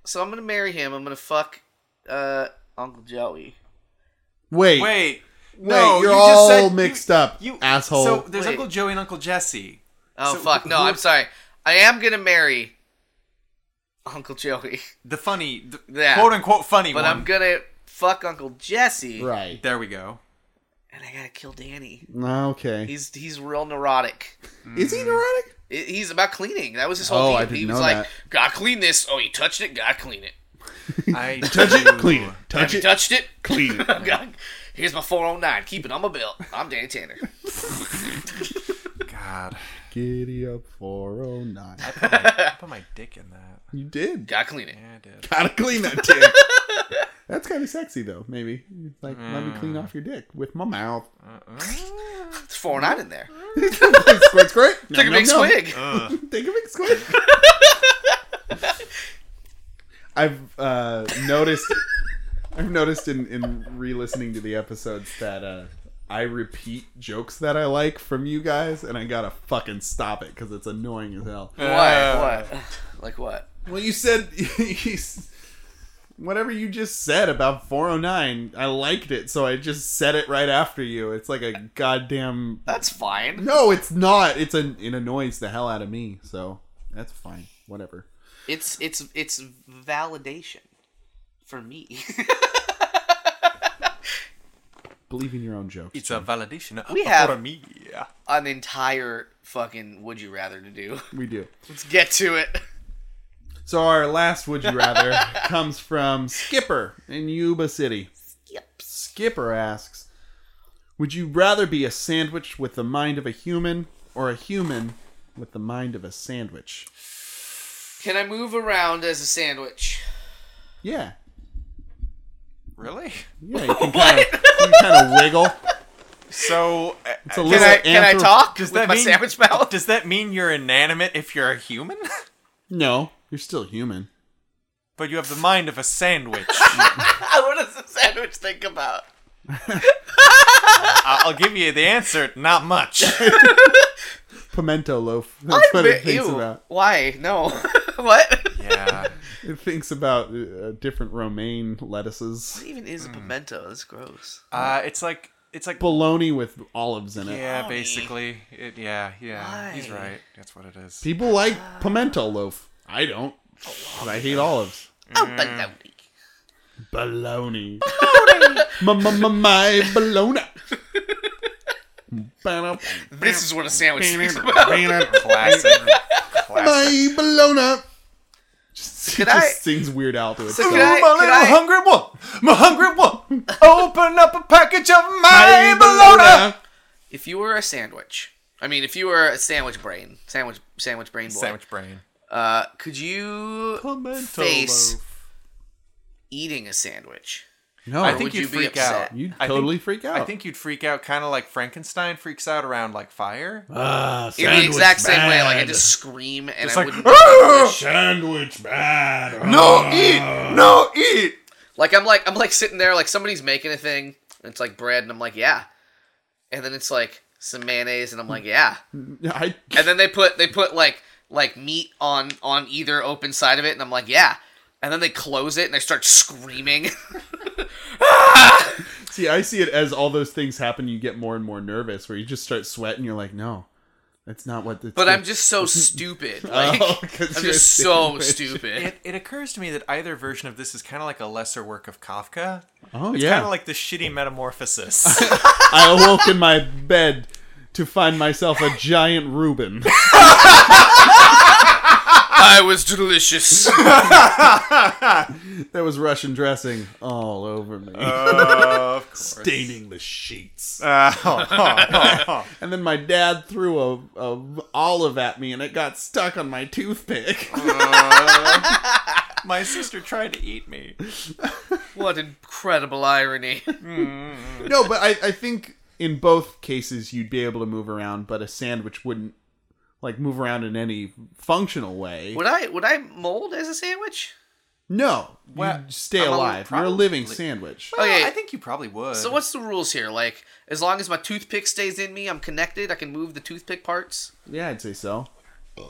C: So I'm gonna marry him. I'm gonna fuck uh, Uncle Joey.
A: Wait.
B: Wait.
A: Wait,
B: no,
A: you're
B: you just
A: all
B: said-
A: mixed
B: you-
A: up,
B: You
A: asshole.
B: So there's
C: Wait.
B: Uncle Joey and Uncle Jesse.
C: Oh
B: So
C: fuck! No,
B: who-
C: I'm sorry. I am gonna marry Uncle Joey,
B: The funny, the
C: Yeah.
B: quote unquote funny
C: but
B: one.
C: I'm gonna fuck Uncle Jesse,
A: Right. Ah,
B: there we go.
C: and I gotta kill Danny.
A: Okay. Mm.
C: He's he's real neurotic.
A: Is he neurotic?
C: It, he's about cleaning. That was his whole
A: Oh,
C: deal.
A: I didn't
C: he was
A: know
C: like,
A: that.
C: "Gotta clean this." Oh, you touched it. Gotta clean it.
B: I
A: Touch
B: do-
A: it, clean it.
C: Have
A: Touch
C: you
A: it,
C: touched it?
A: clean it.
C: God, Here's my 409. Keep it on my belt. I'm Danny Tanner.
B: God,
A: Giddy up 409.
B: I put my dick in that.
A: You did.
C: Gotta clean it.
B: Yeah, I did.
A: Gotta clean that dick. That's kind of sexy, though, maybe. It's like, let me clean off your dick with my mouth.
C: It's 409 in there.
A: squirt, squirt.
C: Took a
A: Nom,
C: big
A: nom, nom.
C: swig.
A: Take a big squirt. I've uh, noticed. I've noticed in, in re-listening to the episodes that uh, I repeat jokes that I like from you guys, and I gotta fucking stop it because it's annoying as hell.
B: Uh.
C: what? What? Like what?
A: Well, you said you s- whatever you just said about 409. I liked it, so I just said it right after you. It's like a goddamn.
C: That's fine.
A: No, it's not. It's an it annoys the hell out of me. So that's fine. Whatever.
C: It's it's it's validation for me.
A: Believe in your own jokes.
B: It's a validation. Uh,
C: We have-
B: for me.
C: An entire fucking would you rather to do.
A: we do.
C: Let's get to it.
A: So our last would you rather comes from Skipper in Yuba City. Skipper asks, "Would you rather be a sandwich with the mind of a human or a human with the mind of a sandwich?"
C: Can I move around as a sandwich?
A: Yeah.
B: Really?
A: Yeah, you can kind of you kind of wiggle.
B: So uh,
A: It's a
C: Can
A: little
C: I can I
A: anthrop-
C: talk
B: does
C: with
B: that
C: my
B: mean
C: sandwich mouth?
B: Does that mean you're inanimate if you're a human?
A: No, you're still human.
B: but you have the mind of a sandwich.
C: what does the sandwich think about?
B: I- I'll give you the answer. Not much.
A: Pimento loaf. That's what it
C: But-
A: thinks
C: ew.
A: about.
C: Why? No. what?
B: Yeah.
A: It thinks about uh, different romaine lettuces.
C: What even is a pimento? That's gross.
B: Uh, it's like it's like
A: Bologna with olives in it.
B: yeah,
C: Baloney.
B: basically. It, yeah, yeah. He's
C: Why?
B: right. That's what it is.
A: People like pimento loaf. I don't. 'cause I hate olives.
C: Oh,
A: Hmm.
C: baloney.
A: Bologna. My bologna. My
C: This is what a sandwich thinks about.
B: Classic. Classic.
A: bologna. Just,
C: Could
A: just
C: I-
A: sings Weird Al to
C: So
A: itself.
C: could I-
B: Ooh, my little
C: I-
B: hungry one, my hungry one. Open up a package of my
A: My
B: bologna.
C: If you were a sandwich, I mean, if you were a sandwich brain, sandwich, sandwich brain boy,
B: Sandwich brain.
C: uh, could you face eating a sandwich?
A: No,
B: I think
C: would you
B: you'd
C: be
B: freak
C: upset?
B: out.
A: You'd
B: I think-
A: totally freak out.
B: I think you'd freak out, kind of like Frankenstein freaks out around like fire.
A: Ah,
C: In the exact same way, like I just scream and I
B: like,
C: wouldn't.
A: "Ah!" sandwich bad.
B: No eat, no eat.
C: like I'm like I'm like sitting there, like somebody's making a thing. And it's like bread, and I'm like, yeah. And then it's like some mayonnaise, and I'm
A: Hmm.
C: like, yeah.
A: I,
C: And then they put they put like like meat on on either open side of it, and I'm like, yeah. And then they close it and they start screaming.
A: see, I see it as all those things happen. You get more and more nervous, where you just start sweating. You're like, no, that's not what. It's
C: but I'm just so stupid. Like,
A: Oh, 'cause
C: I'm
A: you're
C: just so
A: stupid.
C: stupid.
B: It, it occurs to me that either version of this is kind of like a lesser work of Kafka.
A: Oh
B: It's
A: yeah.
B: kind of like the shitty metamorphosis.
A: I awoke in my bed to find myself a giant Reuben.
C: I was delicious.
A: There was Russian dressing all over me,
B: of course.
A: staining the sheets.
B: Uh, oh, oh, oh, oh.
A: And then my dad threw a, a olive at me, and it got stuck on my toothpick.
B: Oh. My sister tried to eat me.
C: what incredible irony.
A: no, but I, I think in both cases you'd be able to move around, but a sandwich wouldn't like move around in any functional way.
C: Would I would I mold as a sandwich?
A: No,
B: Well,
A: you stay
B: I'm a-
A: alive. You're a living
B: probably-
A: sandwich.
B: Well,
C: Okay.
B: I think you probably would.
C: So what's the rules here? Like as long as my toothpick stays in me, I'm connected. I can move the toothpick parts.
A: Yeah, I'd say so.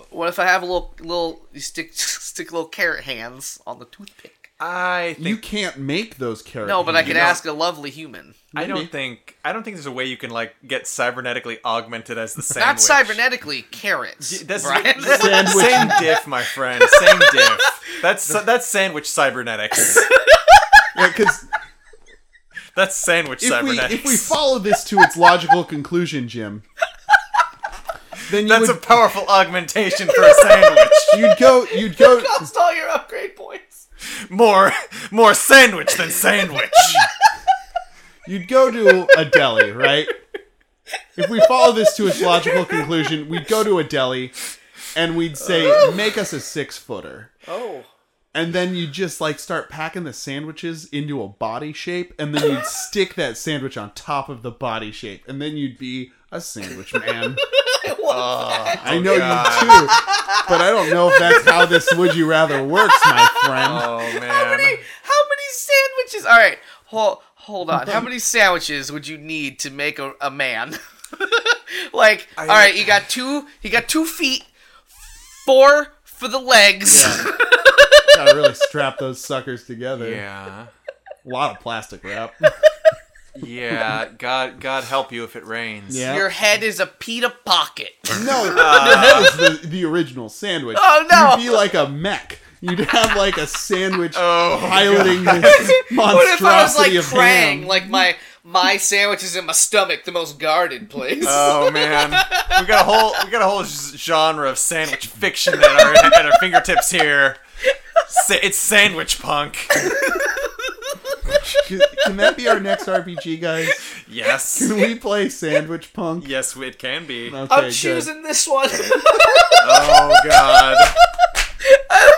C: What if I have a little little you stick stick little carrot hands on the toothpick?
B: I think
A: You can't make those characters.
C: No, but I could
B: don't-
C: ask a lovely human.
B: I
A: Maybe.
B: don't think I don't think there's a way you can like get cybernetically augmented as the sandwich.
C: Not cybernetically, carrots.
B: That's,
C: Brian.
B: that's
A: Sandwich.
B: same diff, my friend. Same diff. That's that's sandwich cybernetics.
A: because
B: That's sandwich
A: if we
B: cybernetics.
A: if we follow this to its logical conclusion, Jim, Then you
B: That's
A: would,
B: a powerful augmentation for a sandwich.
A: you'd go you'd go
C: Cost all your upgrade points.
B: More, more sandwich than sandwich.
A: you'd go to a deli, right? If we follow this to its logical conclusion, we'd go to a deli and we'd say, "Make us a six footer."
C: Oh.
A: and then you just like start packing the sandwiches into a body shape and then you'd stick that sandwich on top of the body shape and then you'd be a sandwich man
C: Oh,
A: i know
B: God.
A: you too but i don't know if that's how this would you rather works my friend
B: Oh man.
C: How many?
A: Uh,
C: How many sandwiches? All right, hold hold on. How many sandwiches would you need to make a, a man? like, all right, you got two. He got two feet, four for the legs.
A: gotta really strap those suckers together
B: Yeah.
A: a lot of plastic wrap
B: Yeah. God, God help you if it rains.
A: Yeah.
C: Your head is a pita pocket.
A: no that is the, the original sandwich
C: Oh, no.
A: you'd be like a mech you'd have like a sandwich
B: Oh,
A: piloting this monstrosity
C: What if I was like
A: of ham.
C: Krang? Like my my sandwich is in my stomach, the most guarded place.
A: Uh,
B: Oh man, we got a whole we got a whole z- genre of sandwich fiction at our at our fingertips here. Sa- it's sandwich punk.
A: Can, can that be our next RPG, guys?
B: Yes,
A: Can we play Sandwich Punk?
B: yes, it can be.
A: Okay,
C: I'm
A: good.
C: choosing this one.
B: Oh god,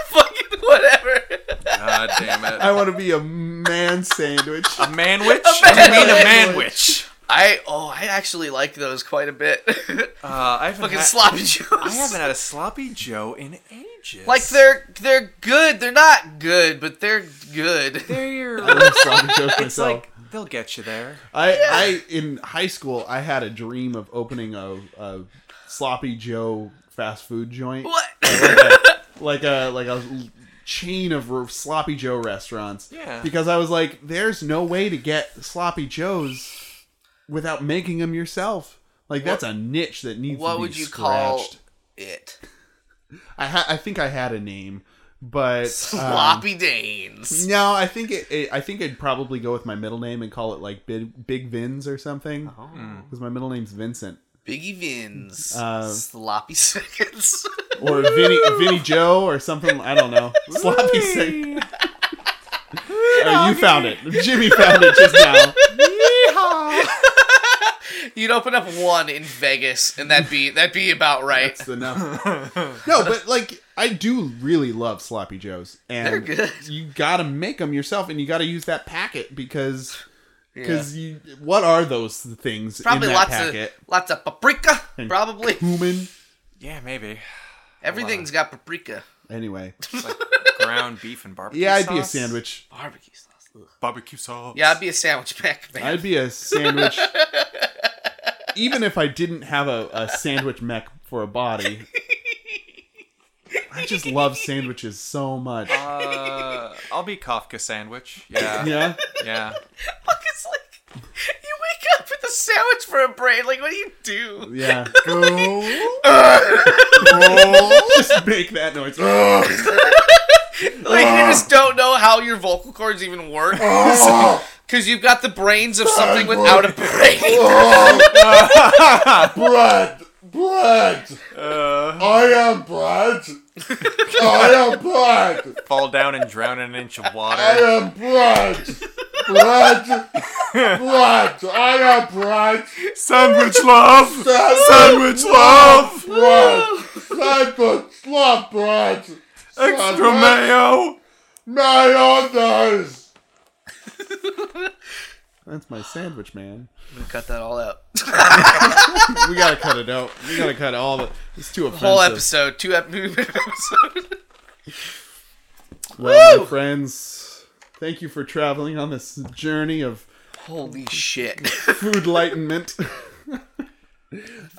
C: Fucking whatever.
B: god damn it.
A: I want to be a man sandwich.
B: A manwich? What do you mean a manwich?
C: I oh I actually like those quite a bit.
B: Uh, I haven't
C: Fucking
B: had-
C: sloppy joes.
B: I haven't had a sloppy Joe in ages.
C: Like they're they're good. They're not good, but they're good.
B: they're
A: I'm sorry, I chose
B: it's
A: myself.
B: like they'll get you there.
A: I, I in high school I had a dream of opening a, a sloppy Joe fast food joint,
C: What?
A: like a like a chain of r- sloppy Joe restaurants.
B: Yeah.
A: because I was like, there's no way to get sloppy Joes without making them yourself. Like that's a niche that needs. to
C: what
A: be
C: would you call
A: scratched.
C: it?
A: I ha- I think I had a name, but um,
C: Sloppy Danes.
A: no, I think it, it. I think I'd probably go with my middle name and call it like Big Big Vins or something,
C: Oh.
A: because my middle name's Vincent
C: Biggie Vins.
A: Uh,
C: sloppy seconds.
A: or Vinny Vinny Joe or something. I don't know. Sloppy sick. Oh, you found it. Jimmy found it just now.
C: You'd open up one in Vegas, and that'd be that'd be about right.
A: That's enough. No, but like I do really love sloppy joes, and
C: They're good.
A: You got to make them yourself, and you got to use that packet because
C: Yeah.
A: because you what are those things
C: Probably
A: in that
C: lots
A: packet?
C: of lots of paprika.
A: And
C: Probably
A: Cumin.
B: Yeah, maybe.
C: everything's got paprika.
A: Anyway,
B: It's like ground beef and barbecue
A: yeah, I'd
B: sauce.
A: be a sandwich.
C: Barbecue sauce. Ugh.
B: Barbecue sauce.
C: Yeah, I'd be a sandwich back man.
A: I'd be a sandwich. Even if I didn't have a, a sandwich mech for a body, I just love sandwiches so much.
B: Uh, I'll be Kafka sandwich. Yeah. yeah.
A: Yeah,
C: Fuck, it's like you wake up with a sandwich for a brain. Like, what do you do?
A: yeah.
B: Go.
A: just make that noise.
C: Like, you just don't know how your vocal cords even work
A: Oh.
C: because you've got the brains of something without a brain.
E: Oh, Bread, bread.
B: Uh,
E: I am bread. I am bread.
B: Fall down and drown in an inch of
E: I
B: water.
E: am bread. Bread. Bread. I am bread.
B: Sandwich love. Sandwich love.
E: Bread. Sandwich. Love bread.
B: Extra mayo.
E: Mayonnaise.
A: That's my sandwich, man.
C: Cut that all out.
A: We gotta cut it out. We gotta cut all the. It's too offensive.
C: Whole episode, two ep- episodes.
A: Well,
C: Woo!
A: my friends, thank you for traveling on this journey of
C: Holy shit.
A: food enlightenment.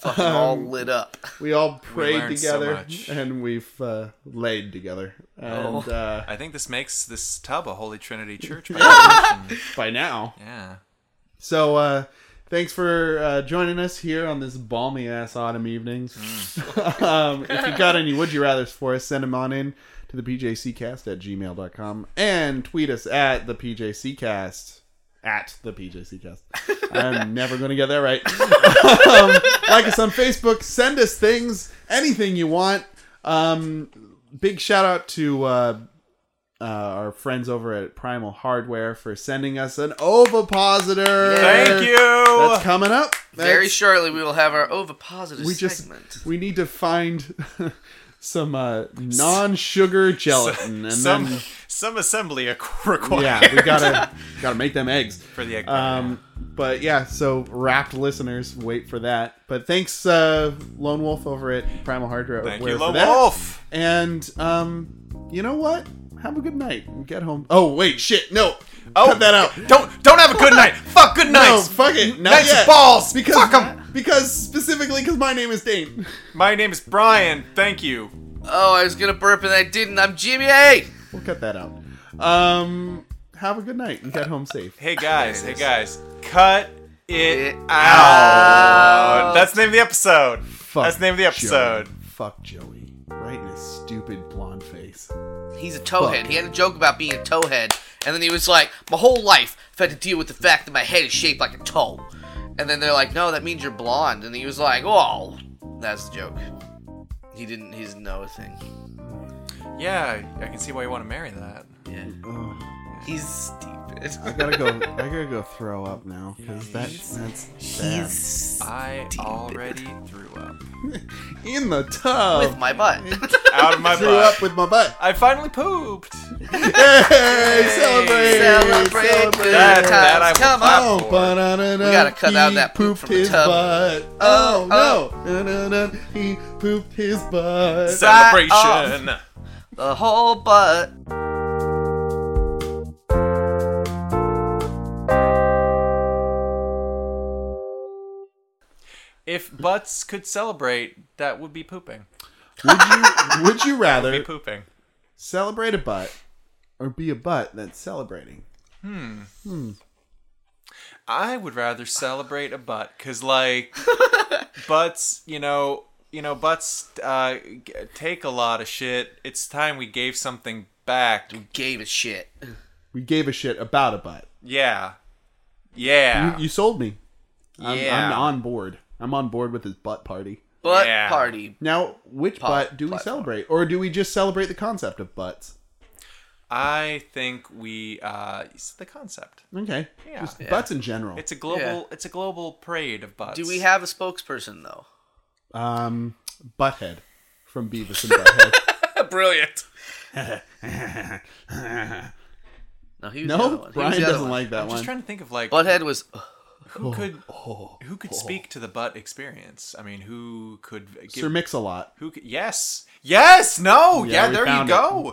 C: Fucking all
A: Um,
C: lit up.
A: We all prayed
B: learned so
A: together
B: much. Oh.
A: and we've uh, laid together. And uh,
B: I think this makes this tub a Holy Trinity church. By definition.
A: by now.
B: yeah.
A: So uh, thanks for uh, joining us here on this balmy ass autumn evening.
B: Mm.
A: um, if you got any would you rathers for us, send them on in to the PJCcast at gmail.com and tweet us at the PJCcast. at the PJC Cast. I'm never going to get that right. um, like us on Facebook. Send us things, anything you want. Um, big shout out to uh, uh, our friends over at Primal Hardware for sending us an ovipositor.
B: Thank you.
A: That's coming up.
C: Very
A: That's-
C: shortly, we will have our ovipositive
A: we just
C: segment.
A: we need to find some uh, non-sugar gelatin, and
B: some
A: then
B: some assembly ac- required
A: yeah, we gotta gotta make them eggs.
B: for the egg.
A: Um, but yeah, so wrapped listeners, wait for that. But thanks, uh, Lone Wolf over at Primal Hardware.
B: Thank
A: Wear
B: you,
A: for
B: Lone
A: that.
B: Wolf.
A: And um, you know what? Have a good night and get home. Oh wait, shit, no,
B: Oh,
A: cut that out.
B: Don't don't have a good night. Fuck good
A: No,
B: nights.
A: fuck it, not
B: Nights
A: yet.
B: balls.
A: because
B: fuck 'em.
A: because specifically because my name is Dane.
B: My name is Brian. Thank you.
C: Oh, I was gonna burp and I didn't. I'm Jimmy A.
A: We'll cut that out. Um, have a good night and get home safe.
B: Hey guys. Hey guys. Cut it
C: It
B: out. That's the name of the episode.
A: Fuck
B: That's the name of the episode.
A: Joey. Fuck Joey, right in his stupid blonde face.
C: He's a towhead. He had a joke about being a towhead, and then he was like, "My whole life, I've had to deal with the fact that my head is shaped like a toe." And then they're like, "No, that means you're blonde." And he was like, "Oh, that's the joke." He didn't. He doesn't know a thing.
B: Yeah, I can see why you want to marry that.
C: Yeah.
A: Ugh.
C: He's stupid.
A: I gotta go. I gotta go throw up now because that that's bad.
B: I already threw up.
A: in the tub.
C: With my butt.
B: Out of my
A: threw
B: butt.
A: up with my butt.
B: I finally pooped.
A: Hey, celebrate!
C: Celebrate good
B: That- that I
C: times.
B: will
C: Come
B: clap.
C: on.
A: Oh, banana!
C: We gotta cut out that poop
A: pooped
C: from the
A: his
C: tub.
A: butt.
C: Oh,
A: Oh, no! Na-na-na, He pooped his
B: Oh,
A: butt.
B: Celebration.
C: The whole butt.
B: If butts could celebrate, that would be pooping.
A: Would you? Would you
B: Be
A: rather
B: pooping.
A: celebrate a butt or be a butt that's celebrating?
B: I would rather celebrate a butt, cause like butts, you know, you know, butts uh, g- take a lot of shit. It's time we gave something back.
C: Gave a shit.
A: We gave a shit about a butt.
B: Yeah, yeah,
A: You, you sold me. I'm,
B: yeah.
A: I'm on board. I'm on board with his butt party.
C: Butt
B: Yeah.
C: party.
A: Now, which
C: Pot-
A: butt do we
C: butt.
A: celebrate, or do we just celebrate the concept of butts?
B: I think we. Uh, it's the concept.
A: Okay,
B: Yeah.
A: just
B: Yeah.
A: butts in general.
B: It's a global.
C: Yeah.
B: It's a global parade of butts.
C: Do we have a spokesperson though?
A: um, butthead from Beavis and Butthead.
C: Brilliant. no, he was the
A: no,
C: other one. He was
A: Brian
C: the other
A: doesn't
C: one.
A: like that
B: I'm
A: one. Oh.
B: just trying to think of like
C: Butthead was.
B: who could who could speak to the butt experience. I mean, who could give
A: Sir Mix a lot.
B: Who? c- Yes. Yes. No.
A: Yeah,
B: Yeah.
A: we
B: there you
A: found it.
B: go.